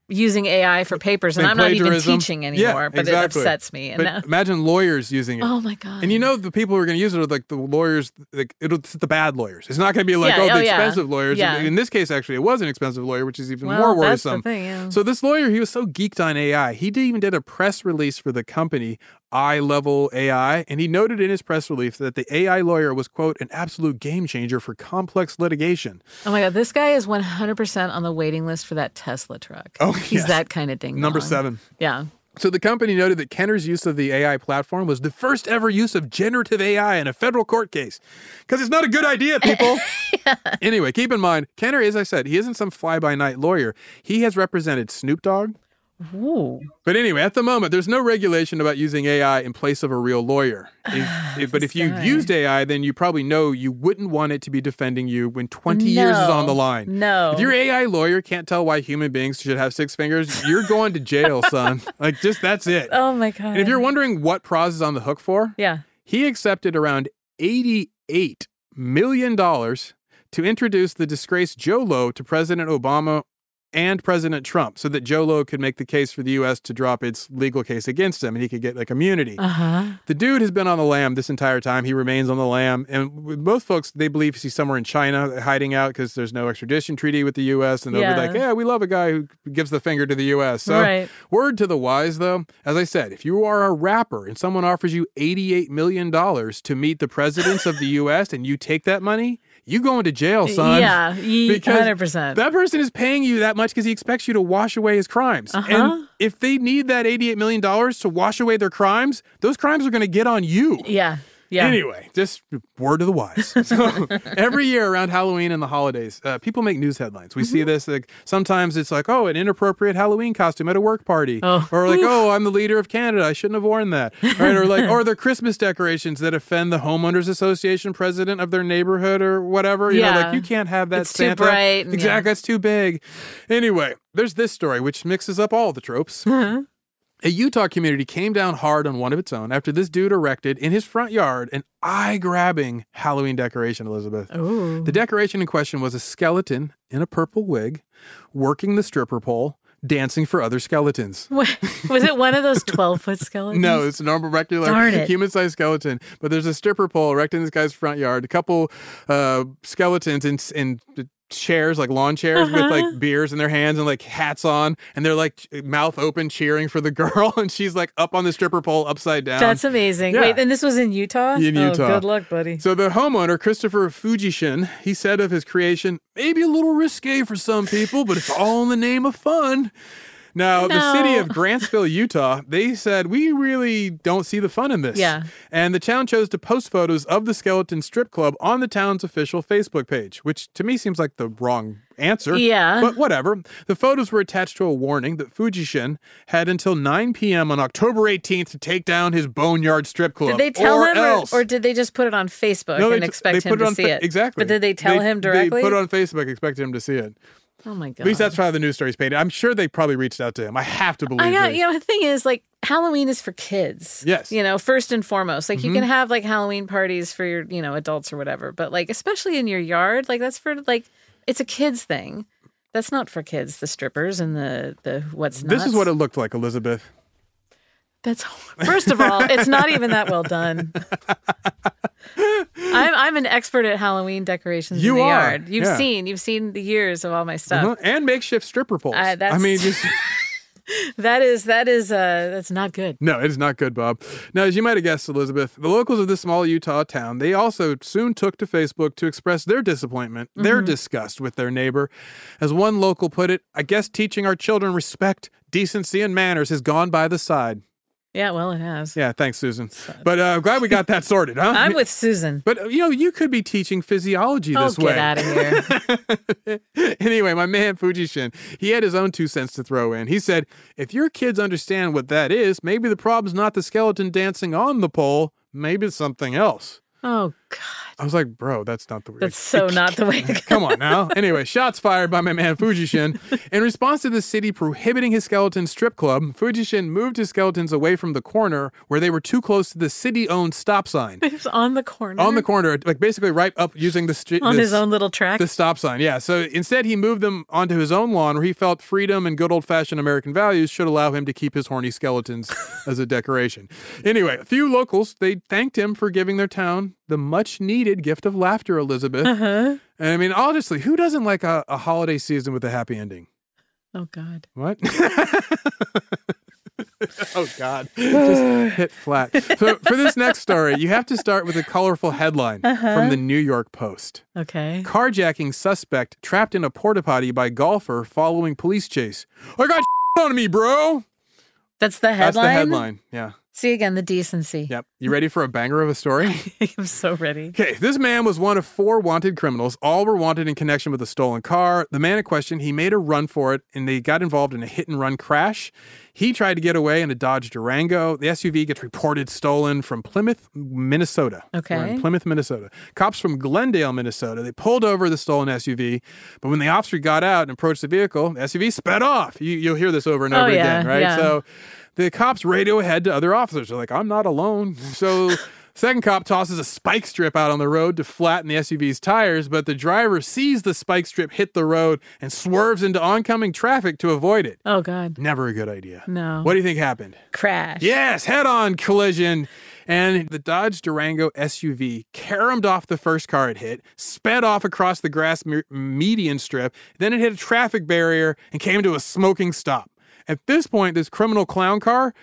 [SPEAKER 8] using AI for papers, and
[SPEAKER 7] Think
[SPEAKER 8] I'm not even
[SPEAKER 7] plagiarism.
[SPEAKER 8] teaching
[SPEAKER 7] Yeah,
[SPEAKER 8] anymore. but
[SPEAKER 7] exactly.
[SPEAKER 8] it upsets me. And
[SPEAKER 7] But
[SPEAKER 8] that-
[SPEAKER 7] imagine lawyers using it.
[SPEAKER 8] oh my god.
[SPEAKER 7] And you know the people who are going to use it are like the lawyers, like it'll, it's the bad lawyers. It's not going to be like
[SPEAKER 8] Yeah,
[SPEAKER 7] oh the
[SPEAKER 8] oh, yeah.
[SPEAKER 7] expensive lawyers.
[SPEAKER 8] Yeah.
[SPEAKER 7] In this case, actually, it was an expensive lawyer, which is even
[SPEAKER 8] Well,
[SPEAKER 7] more
[SPEAKER 8] that's the
[SPEAKER 7] worrisome.
[SPEAKER 8] thing, yeah.
[SPEAKER 7] So this lawyer, he was so geeked on AI, he did, even did a press release for the company Eye Level AI, and he noted in his press release that the AI lawyer was quote an absolute game changer for complex litigation.
[SPEAKER 8] Oh my god, this guy is 100% on the waiting list for that Tesla truck.
[SPEAKER 7] Oh,
[SPEAKER 8] he's
[SPEAKER 7] yes.
[SPEAKER 8] that kind of ding.
[SPEAKER 7] Number
[SPEAKER 8] dong.
[SPEAKER 7] seven.
[SPEAKER 8] Yeah.
[SPEAKER 7] So the company noted that Kenner's use of the AI platform was the first ever use of generative AI in a federal court case. Because it's not a good idea, people. Anyway, keep in mind, Kenner, as I said, he isn't some fly by night lawyer. He has represented Snoop Dogg,
[SPEAKER 8] Ooh.
[SPEAKER 7] But anyway, at the moment, there's no regulation about using AI in place of a real lawyer. If- if- but if you
[SPEAKER 4] guy.
[SPEAKER 7] used AI, then you probably know you wouldn't want it to be defending you when 20 years is
[SPEAKER 4] No.
[SPEAKER 7] on the line.
[SPEAKER 4] No.
[SPEAKER 7] If your AI lawyer can't tell why human beings should have six fingers, you're going to jail, son. Like, just that's it.
[SPEAKER 8] Oh my god.
[SPEAKER 7] And if you're wondering what Proz is on the hook for,
[SPEAKER 8] yeah,
[SPEAKER 7] he accepted around $88 million to introduce the disgraced Joe Low to President Obama and President Trump so that Joe Low could make the case for the U.S. to drop its legal case against him and he could get like immunity.
[SPEAKER 8] huh.
[SPEAKER 7] The dude has been on the lam this entire time. He remains on the lam. And with most folks, they believe he's somewhere in China hiding out because there's no extradition treaty with the U.S. And they'll
[SPEAKER 10] Yeah.
[SPEAKER 7] be like, yeah, we love a guy who gives the finger to the U.S. So,
[SPEAKER 10] Right.
[SPEAKER 7] word to the wise, though, as I said, if you are a rapper and someone offers you $88 million to meet the presidents of the U.S. and you take that money, you going to jail, son.
[SPEAKER 8] Yeah, ye-
[SPEAKER 7] Because
[SPEAKER 8] 100%.
[SPEAKER 7] That person is paying you that much because he expects you to wash away his crimes.
[SPEAKER 8] Uh-huh.
[SPEAKER 7] And if they need that $88 million to wash away their crimes, those crimes are going to get on you.
[SPEAKER 8] Yeah. Yeah.
[SPEAKER 7] Anyway, just word to the wise. So every year around Halloween and the holidays, uh, people make news headlines. We
[SPEAKER 10] Mm-hmm.
[SPEAKER 7] see this. Like sometimes it's like, oh, an inappropriate Halloween costume at a work party,
[SPEAKER 10] Oh.
[SPEAKER 7] or like,
[SPEAKER 10] Oof.
[SPEAKER 7] oh, I'm the leader of Canada. I shouldn't have worn that, right? Or like, or the Christmas decorations that offend the homeowners association president of their neighborhood or whatever. You know,
[SPEAKER 10] Yeah.
[SPEAKER 7] like you can't have that.
[SPEAKER 10] It's too
[SPEAKER 7] Santa.
[SPEAKER 10] bright, and
[SPEAKER 7] Exactly,
[SPEAKER 10] yeah.
[SPEAKER 7] that's too big. Anyway, there's this story which mixes up all the tropes.
[SPEAKER 8] Uh-huh.
[SPEAKER 7] A Utah community came down hard on one of its own after this dude erected in his front yard an eye grabbing Halloween decoration, Elizabeth.
[SPEAKER 8] Ooh.
[SPEAKER 7] The decoration in question was a skeleton in a purple wig working the stripper pole, dancing for other skeletons.
[SPEAKER 8] Was it one of those twelve foot skeletons?
[SPEAKER 7] No, it's a normal rectangular
[SPEAKER 8] Darn it.
[SPEAKER 7] human sized skeleton. But there's a stripper pole erected in this guy's front yard, a couple uh, skeletons in, in chairs, like lawn chairs,
[SPEAKER 10] Uh-huh.
[SPEAKER 7] with like beers in their hands and like hats on. And they're like ch- mouth open, cheering for the girl. And she's like up on the stripper pole, upside down.
[SPEAKER 8] That's amazing.
[SPEAKER 7] Um, Yeah.
[SPEAKER 8] Wait, and this was in Utah?
[SPEAKER 7] In
[SPEAKER 8] Oh,
[SPEAKER 7] Utah.
[SPEAKER 8] good luck, buddy.
[SPEAKER 7] So the homeowner, Christopher Fujishin, he said of his creation, maybe a little risque for some people, but it's all in the name of fun. Now, the city
[SPEAKER 10] No.
[SPEAKER 7] of Grantsville, Utah, they said, we really don't see the fun in this.
[SPEAKER 10] Yeah.
[SPEAKER 7] And the town chose to post photos of the skeleton strip club on the town's official Facebook page, which to me seems like the wrong answer.
[SPEAKER 10] Yeah.
[SPEAKER 7] But whatever. The photos were attached to a warning that Fujishin had until 9 p.m. on October 18th to take down his boneyard strip club.
[SPEAKER 8] Did they tell
[SPEAKER 7] uh, or
[SPEAKER 8] him,
[SPEAKER 7] else.
[SPEAKER 8] or, or did they just put it on Facebook
[SPEAKER 7] No,
[SPEAKER 8] and
[SPEAKER 7] t-
[SPEAKER 8] expect him
[SPEAKER 7] put
[SPEAKER 8] to
[SPEAKER 7] on
[SPEAKER 8] see
[SPEAKER 7] Fa-
[SPEAKER 8] it?
[SPEAKER 7] Exactly.
[SPEAKER 8] But did they tell him directly?
[SPEAKER 7] They put it on Facebook, expected him to see it.
[SPEAKER 8] oh my god!
[SPEAKER 7] At least that's how the news story's painted. I'm sure they probably reached out to him. I have to believe
[SPEAKER 8] I got
[SPEAKER 7] they-
[SPEAKER 8] you know the thing is like Halloween is for kids.
[SPEAKER 7] Yes.
[SPEAKER 8] You know, first and foremost. Like
[SPEAKER 7] Mhm.
[SPEAKER 8] you can have like Halloween parties for your, you know, adults or whatever, but like especially in your yard, like that's for like it's a kids thing. That's not for kids, the strippers and the the what's not.
[SPEAKER 7] This is what it looked like, Elizabeth.
[SPEAKER 8] That's first of all, it's not even that well done. I'm I'm an expert at Halloween decorations
[SPEAKER 7] You
[SPEAKER 8] in the
[SPEAKER 7] are,
[SPEAKER 8] yard. You've
[SPEAKER 7] yeah.
[SPEAKER 8] seen you've seen the years of all my stuff.
[SPEAKER 7] Uh-huh. And makeshift stripper poles.
[SPEAKER 8] Uh, that's-
[SPEAKER 7] I mean, just,
[SPEAKER 8] That is that is uh that's not good.
[SPEAKER 7] no, it is not good, Bob. Now, as you might have guessed, Elizabeth, the locals of this small Utah town, they also soon took to Facebook to express their disappointment,
[SPEAKER 8] Mm-hmm.
[SPEAKER 7] their
[SPEAKER 10] Mhm.
[SPEAKER 7] disgust with their neighbor. As one local put it, I guess teaching our children respect, decency, and manners has gone by the side.
[SPEAKER 8] Yeah, well it has.
[SPEAKER 7] Yeah, thanks, Susan. But uh, I'm glad we got that sorted, huh?
[SPEAKER 8] I'm with Susan.
[SPEAKER 7] But uh, you know, you could be teaching physiology
[SPEAKER 8] Oh,
[SPEAKER 7] this
[SPEAKER 8] get
[SPEAKER 7] way.
[SPEAKER 8] out of here.
[SPEAKER 7] anyway, my man Fujishin, he had his own two cents to throw in. He said, "If your kids understand what that is, maybe the problem's not the skeleton dancing on the pole. Maybe it's something else."
[SPEAKER 8] Oh,
[SPEAKER 7] I was like, "Bro, that's not the way."
[SPEAKER 8] that's so not the way.
[SPEAKER 7] Come on now. Anyway, shots fired by my man Fujishin. In response to the city prohibiting his skeleton strip club, Fujishin moved his skeletons away from the corner where they were too close to the city-owned stop sign.
[SPEAKER 8] It was on the corner.
[SPEAKER 7] On the corner, like basically right up using the street
[SPEAKER 8] on his own little track.
[SPEAKER 7] the stop sign. Yeah. So instead, he moved them onto his own lawn where he felt freedom and good old fashioned American values should allow him to keep his horny skeletons as a decoration. Anyway, a few locals, they thanked him for giving their town the much needed gift of laughter, Elizabeth.
[SPEAKER 8] Uh-huh.
[SPEAKER 7] And I mean, honestly, who doesn't like a, a holiday season with a happy ending?
[SPEAKER 8] Oh God.
[SPEAKER 7] What? oh God. Just hit flat. So for this next story, you have to start with a colorful headline
[SPEAKER 10] Uh-huh.
[SPEAKER 7] from the New York Post.
[SPEAKER 8] Okay.
[SPEAKER 7] Carjacking suspect trapped in a porta potty by golfer following police chase. I got on me, bro.
[SPEAKER 8] That's the headline.
[SPEAKER 7] That's the headline. Yeah.
[SPEAKER 4] See again the decency.
[SPEAKER 7] Yep. You ready for a banger of a story?
[SPEAKER 8] I'm so ready.
[SPEAKER 7] Okay, this man was one of four wanted criminals. All were wanted in connection with a stolen car. The man in question, he made a run for it and they got involved in a hit and run crash. He tried to get away in a Dodge Durango. The SUV gets reported stolen from Plymouth, Minnesota.
[SPEAKER 10] Okay.
[SPEAKER 7] We're in Plymouth, Minnesota. Cops from Glendale, Minnesota, they pulled over the stolen SUV, but when the officer got out and approached the vehicle, the SUV sped off. You, you'll hear this over and
[SPEAKER 10] Oh,
[SPEAKER 7] over
[SPEAKER 10] yeah,
[SPEAKER 7] again, right?
[SPEAKER 10] yeah.
[SPEAKER 7] So the cops radio ahead to other officers. They're like, I'm not alone. So second cop tosses a spike strip out on the road to flatten the SUV's tires, but the driver sees the spike strip hit the road and swerves into oncoming traffic to avoid it.
[SPEAKER 8] Oh God.
[SPEAKER 7] Never a good idea.
[SPEAKER 8] No.
[SPEAKER 7] What do you think happened?
[SPEAKER 8] Crash.
[SPEAKER 7] Yes, head on collision. And the Dodge Durango SUV caromed off the first car it hit, sped off across the grass me- median strip, then it hit a traffic barrier and came to a smoking stop. At this point, this criminal clown car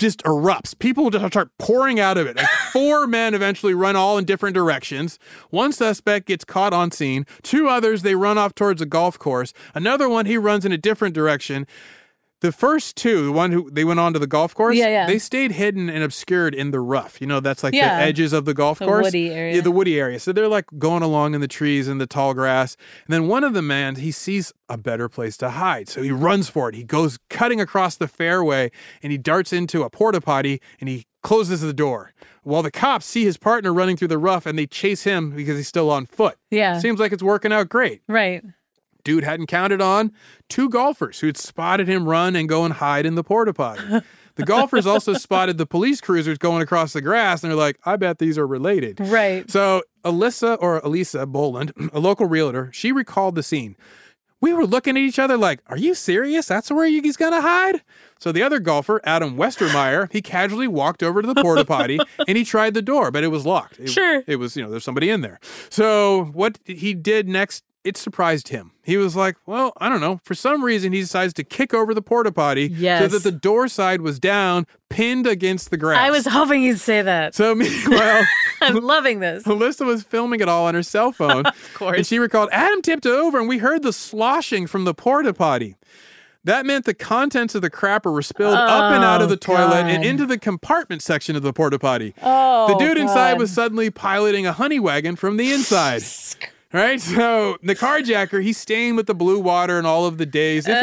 [SPEAKER 7] just erupts. People just start pouring out of it. And four men eventually run all in different directions. One suspect gets caught on scene. Two others, they run off towards a golf course. Another one, he runs in a different direction. The first two, the one who they went on to the golf course,
[SPEAKER 10] Yeah, yeah.
[SPEAKER 7] they stayed hidden and obscured in the rough. You know, that's like
[SPEAKER 10] Yeah.
[SPEAKER 7] the edges of the golf
[SPEAKER 10] The
[SPEAKER 7] course.
[SPEAKER 10] woody area.
[SPEAKER 7] Yeah, the woody area. So they're like going along in the trees and the tall grass. And then one of the men, he sees a better place to hide. So he runs for it. He goes cutting across the fairway and he darts into a porta potty and he closes the door. While the cops see his partner running through the rough and they chase him because he's still on foot.
[SPEAKER 10] Yeah.
[SPEAKER 7] Seems like it's working out great
[SPEAKER 10] Right.
[SPEAKER 7] dude hadn't counted on two golfers who had spotted him run and go and hide in the porta potty. The golfers also spotted the police cruisers going across the grass, and they're like, I bet these are related.
[SPEAKER 10] Right.
[SPEAKER 7] So Alyssa or Elisa Boland, a local realtor, she recalled the scene. We were looking at each other like, Are you serious? That's where you- he's gonna hide? So the other golfer, Adam Westermeyer, he casually walked over to the porta potty and he tried the door, but it was locked. It-
[SPEAKER 10] Sure.
[SPEAKER 7] It was, you know, there's somebody in there. So what he did next, it surprised him. He was like, Well, I don't know. For some reason, he decides to kick over the porta potty so
[SPEAKER 8] Yes.
[SPEAKER 7] that the door side was down, pinned against the grass.
[SPEAKER 8] I was hoping you'd say that.
[SPEAKER 7] So meanwhile,
[SPEAKER 8] I'm loving this.
[SPEAKER 7] Alyssa was filming it all on her cell phone. of course. And she recalled Adam tipped over and we heard the sloshing from the porta potty. That meant the contents of the crapper were spilled up and out of the toilet and into the compartment section of the porta potty.
[SPEAKER 10] Oh,
[SPEAKER 7] the dude inside
[SPEAKER 10] God.
[SPEAKER 7] was suddenly piloting a honey wagon from the inside. Right? So the carjacker, he's staying with the blue water and all of the days, if
[SPEAKER 10] Uh.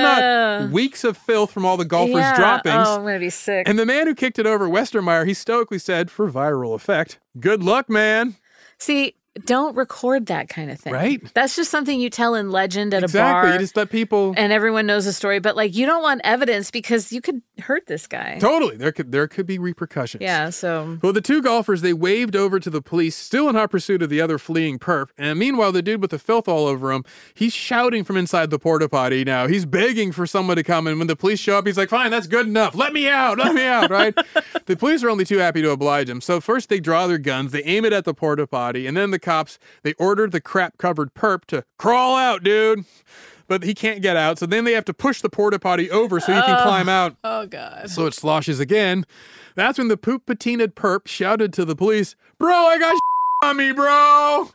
[SPEAKER 7] not weeks of filth from all the golfers'
[SPEAKER 10] Yeah.
[SPEAKER 7] droppings.
[SPEAKER 10] Oh, I'm gonna be sick.
[SPEAKER 7] And the man who kicked it over, Westermeyer, he stoically said, for viral effect, good luck, man.
[SPEAKER 8] See, don't record that kind of thing.
[SPEAKER 7] Right?
[SPEAKER 8] That's just something you tell in legend at a
[SPEAKER 7] Exactly.
[SPEAKER 8] bar.
[SPEAKER 7] You just let people.
[SPEAKER 8] and everyone knows the story, but like you don't want evidence because you could hurt this guy.
[SPEAKER 7] Totally. There could there could be repercussions.
[SPEAKER 8] Yeah, so
[SPEAKER 7] Well, the two golfers they waved over to the police, still in hot pursuit of the other fleeing perp. And meanwhile, the dude with the filth all over him, he's shouting from inside the porta potty. Now he's begging for someone to come. And when the police show up, he's like, "Fine, that's good enough. Let me out. Let me out." Right? the police are only too happy to oblige him. So first they draw their guns, they aim it at the porta potty, and then the cops they order the crap covered perp to crawl out, dude. But he can't get out, so then they have to push the porta potty over so he can
[SPEAKER 10] Oh.
[SPEAKER 7] climb out.
[SPEAKER 10] Oh god.
[SPEAKER 7] So it sloshes again. That's when the poop patinaed perp shouted to the police, Bro, I got on me, bro.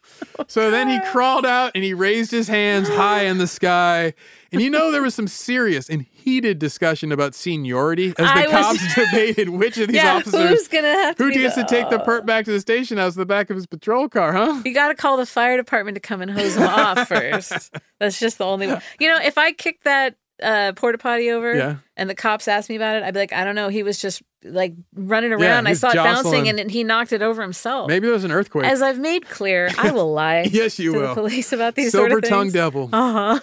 [SPEAKER 7] So then he crawled out and he raised his hands high in the sky. And you know, there was some serious and heated discussion about seniority as
[SPEAKER 10] I
[SPEAKER 7] the
[SPEAKER 10] was-
[SPEAKER 7] cops debated which of these
[SPEAKER 10] Yeah,
[SPEAKER 7] officers
[SPEAKER 10] who's gonna have to
[SPEAKER 7] who
[SPEAKER 10] be
[SPEAKER 7] gets
[SPEAKER 10] the-
[SPEAKER 7] to take the perp back to the station house in the back of his patrol car, huh?
[SPEAKER 8] you got to call the fire department to come and hose him off first. That's just the only way. You know, if I kicked that uh, porta potty over
[SPEAKER 7] Yeah.
[SPEAKER 8] and the cops asked me about it, I'd be like, I don't know. He was just like running
[SPEAKER 7] Yeah,
[SPEAKER 8] around. I
[SPEAKER 7] he's
[SPEAKER 8] saw it bouncing
[SPEAKER 7] jostling.
[SPEAKER 8] and, and he knocked it over himself.
[SPEAKER 7] Maybe there was an earthquake.
[SPEAKER 8] As I've made clear, I will lie.
[SPEAKER 7] Yes, you
[SPEAKER 8] to
[SPEAKER 7] will.
[SPEAKER 8] The police about these
[SPEAKER 7] Silver
[SPEAKER 8] sort of
[SPEAKER 7] tongue
[SPEAKER 8] things.
[SPEAKER 7] devil.
[SPEAKER 10] Uh-huh.
[SPEAKER 8] Uh huh.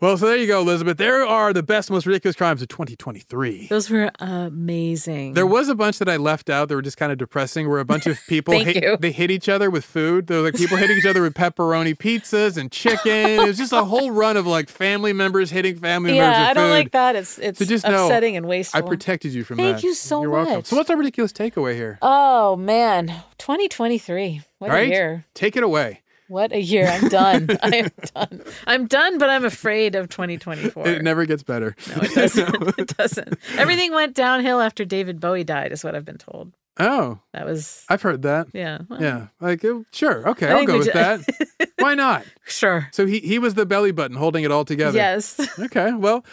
[SPEAKER 7] well, so there you go, Elizabeth. There are the best, most ridiculous crimes of 2023.
[SPEAKER 8] Those were amazing.
[SPEAKER 7] There was a bunch that I left out that were just kind of depressing. Where a bunch of people
[SPEAKER 8] Thank you.
[SPEAKER 7] hit, they hit each other with food. There were like people hitting each other with pepperoni pizzas and chicken. it was just a whole run of like family members hitting family members.
[SPEAKER 8] yeah,
[SPEAKER 7] with
[SPEAKER 8] I don't
[SPEAKER 7] food.
[SPEAKER 8] like that. It's it's
[SPEAKER 7] So just know
[SPEAKER 8] upsetting and wasteful.
[SPEAKER 7] I protected you from
[SPEAKER 8] Thank
[SPEAKER 7] that.
[SPEAKER 8] you so
[SPEAKER 7] You're Welcome.
[SPEAKER 8] much.
[SPEAKER 7] So what's our ridiculous takeaway here?
[SPEAKER 8] Oh man, 2023. What
[SPEAKER 7] All right,
[SPEAKER 8] a year.
[SPEAKER 7] take it away.
[SPEAKER 8] What a year. I'm done. I am done. I'm done, but I'm afraid of 2024.
[SPEAKER 7] It never gets better.
[SPEAKER 8] No, it doesn't. it doesn't. Everything went downhill after David Bowie died, is what I've been told.
[SPEAKER 7] Oh,
[SPEAKER 8] that was.
[SPEAKER 7] I've heard that.
[SPEAKER 8] Yeah, well.
[SPEAKER 7] yeah. Like it- sure. Okay,
[SPEAKER 8] I
[SPEAKER 7] I'll
[SPEAKER 8] think
[SPEAKER 7] go
[SPEAKER 8] we
[SPEAKER 7] with
[SPEAKER 8] ju-
[SPEAKER 7] that. Why not?
[SPEAKER 8] Sure.
[SPEAKER 7] So he, he was the belly button holding it all together.
[SPEAKER 8] Yes.
[SPEAKER 7] Okay. Well,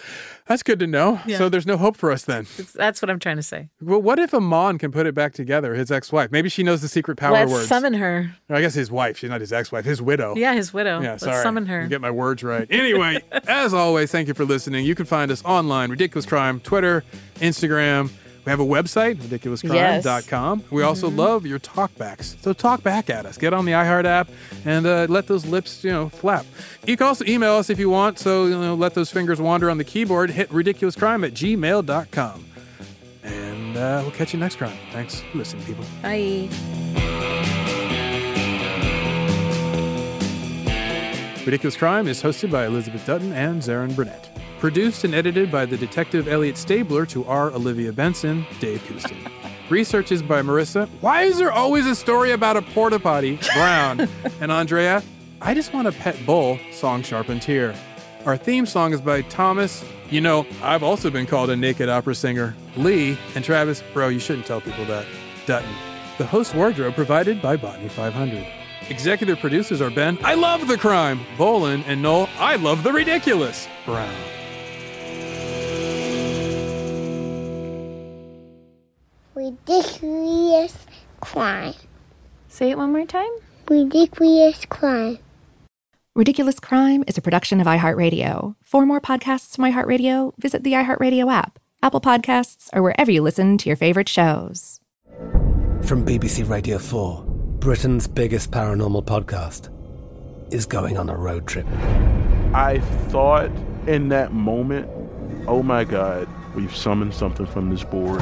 [SPEAKER 7] that's good to know.
[SPEAKER 8] Yeah.
[SPEAKER 7] So there's no hope for us then.
[SPEAKER 8] That's what I'm trying to say.
[SPEAKER 7] Well, what if Amon can put it back together, his ex wife? Maybe she knows the secret power
[SPEAKER 8] Let's
[SPEAKER 7] words.
[SPEAKER 8] summon her.
[SPEAKER 7] I guess his wife. She's not his ex wife, his widow.
[SPEAKER 8] Yeah, his widow.
[SPEAKER 7] Yeah,
[SPEAKER 8] Let's
[SPEAKER 7] sorry.
[SPEAKER 8] summon her.
[SPEAKER 7] Get my words right. Anyway, as always, thank you for listening. You can find us online, Ridiculous Crime, Twitter, Instagram. We have a website, ridiculouscrime.com. We also
[SPEAKER 8] Mm-hmm.
[SPEAKER 7] love your talkbacks. So talk back at us. Get on the iHeart app and uh, let those lips, you know, flap. You can also email us if you want. So, you know, let those fingers wander on the keyboard. Hit ridiculouscrime at gmail.com. And uh, we'll catch you next crime. Thanks for listening, people.
[SPEAKER 8] Bye.
[SPEAKER 7] Ridiculous Crime is hosted by Elizabeth Dutton and Zarin Burnett. Produced and edited by the detective Elliot Stabler to R. Olivia Benson, Dave Kustin. Research is by Marissa. Why is there always a story about a porta potty? Brown and Andrea. I just want a pet bull. Song Charpentier. Our theme song is by Thomas. You know, I've also been called a naked opera singer. Lee and Travis. Bro, you shouldn't tell people that. Dutton. The host wardrobe provided by Botany 500. Executive producers are Ben, I love the crime, Bolin, and Noel, I love the ridiculous, Brown.
[SPEAKER 10] Ridiculous crime.
[SPEAKER 6] Say it one more time.
[SPEAKER 10] Ridiculous crime.
[SPEAKER 6] Ridiculous Crime is a production of iHeartRadio. For more podcasts from iHeartRadio, visit the iHeartRadio app, Apple Podcasts, or wherever you listen to your favorite shows.
[SPEAKER 9] From BBC Radio 4, Britain's biggest paranormal podcast is going on a road trip.
[SPEAKER 5] I thought in that moment, oh my God, we've summoned something from this board.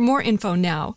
[SPEAKER 11] more info now.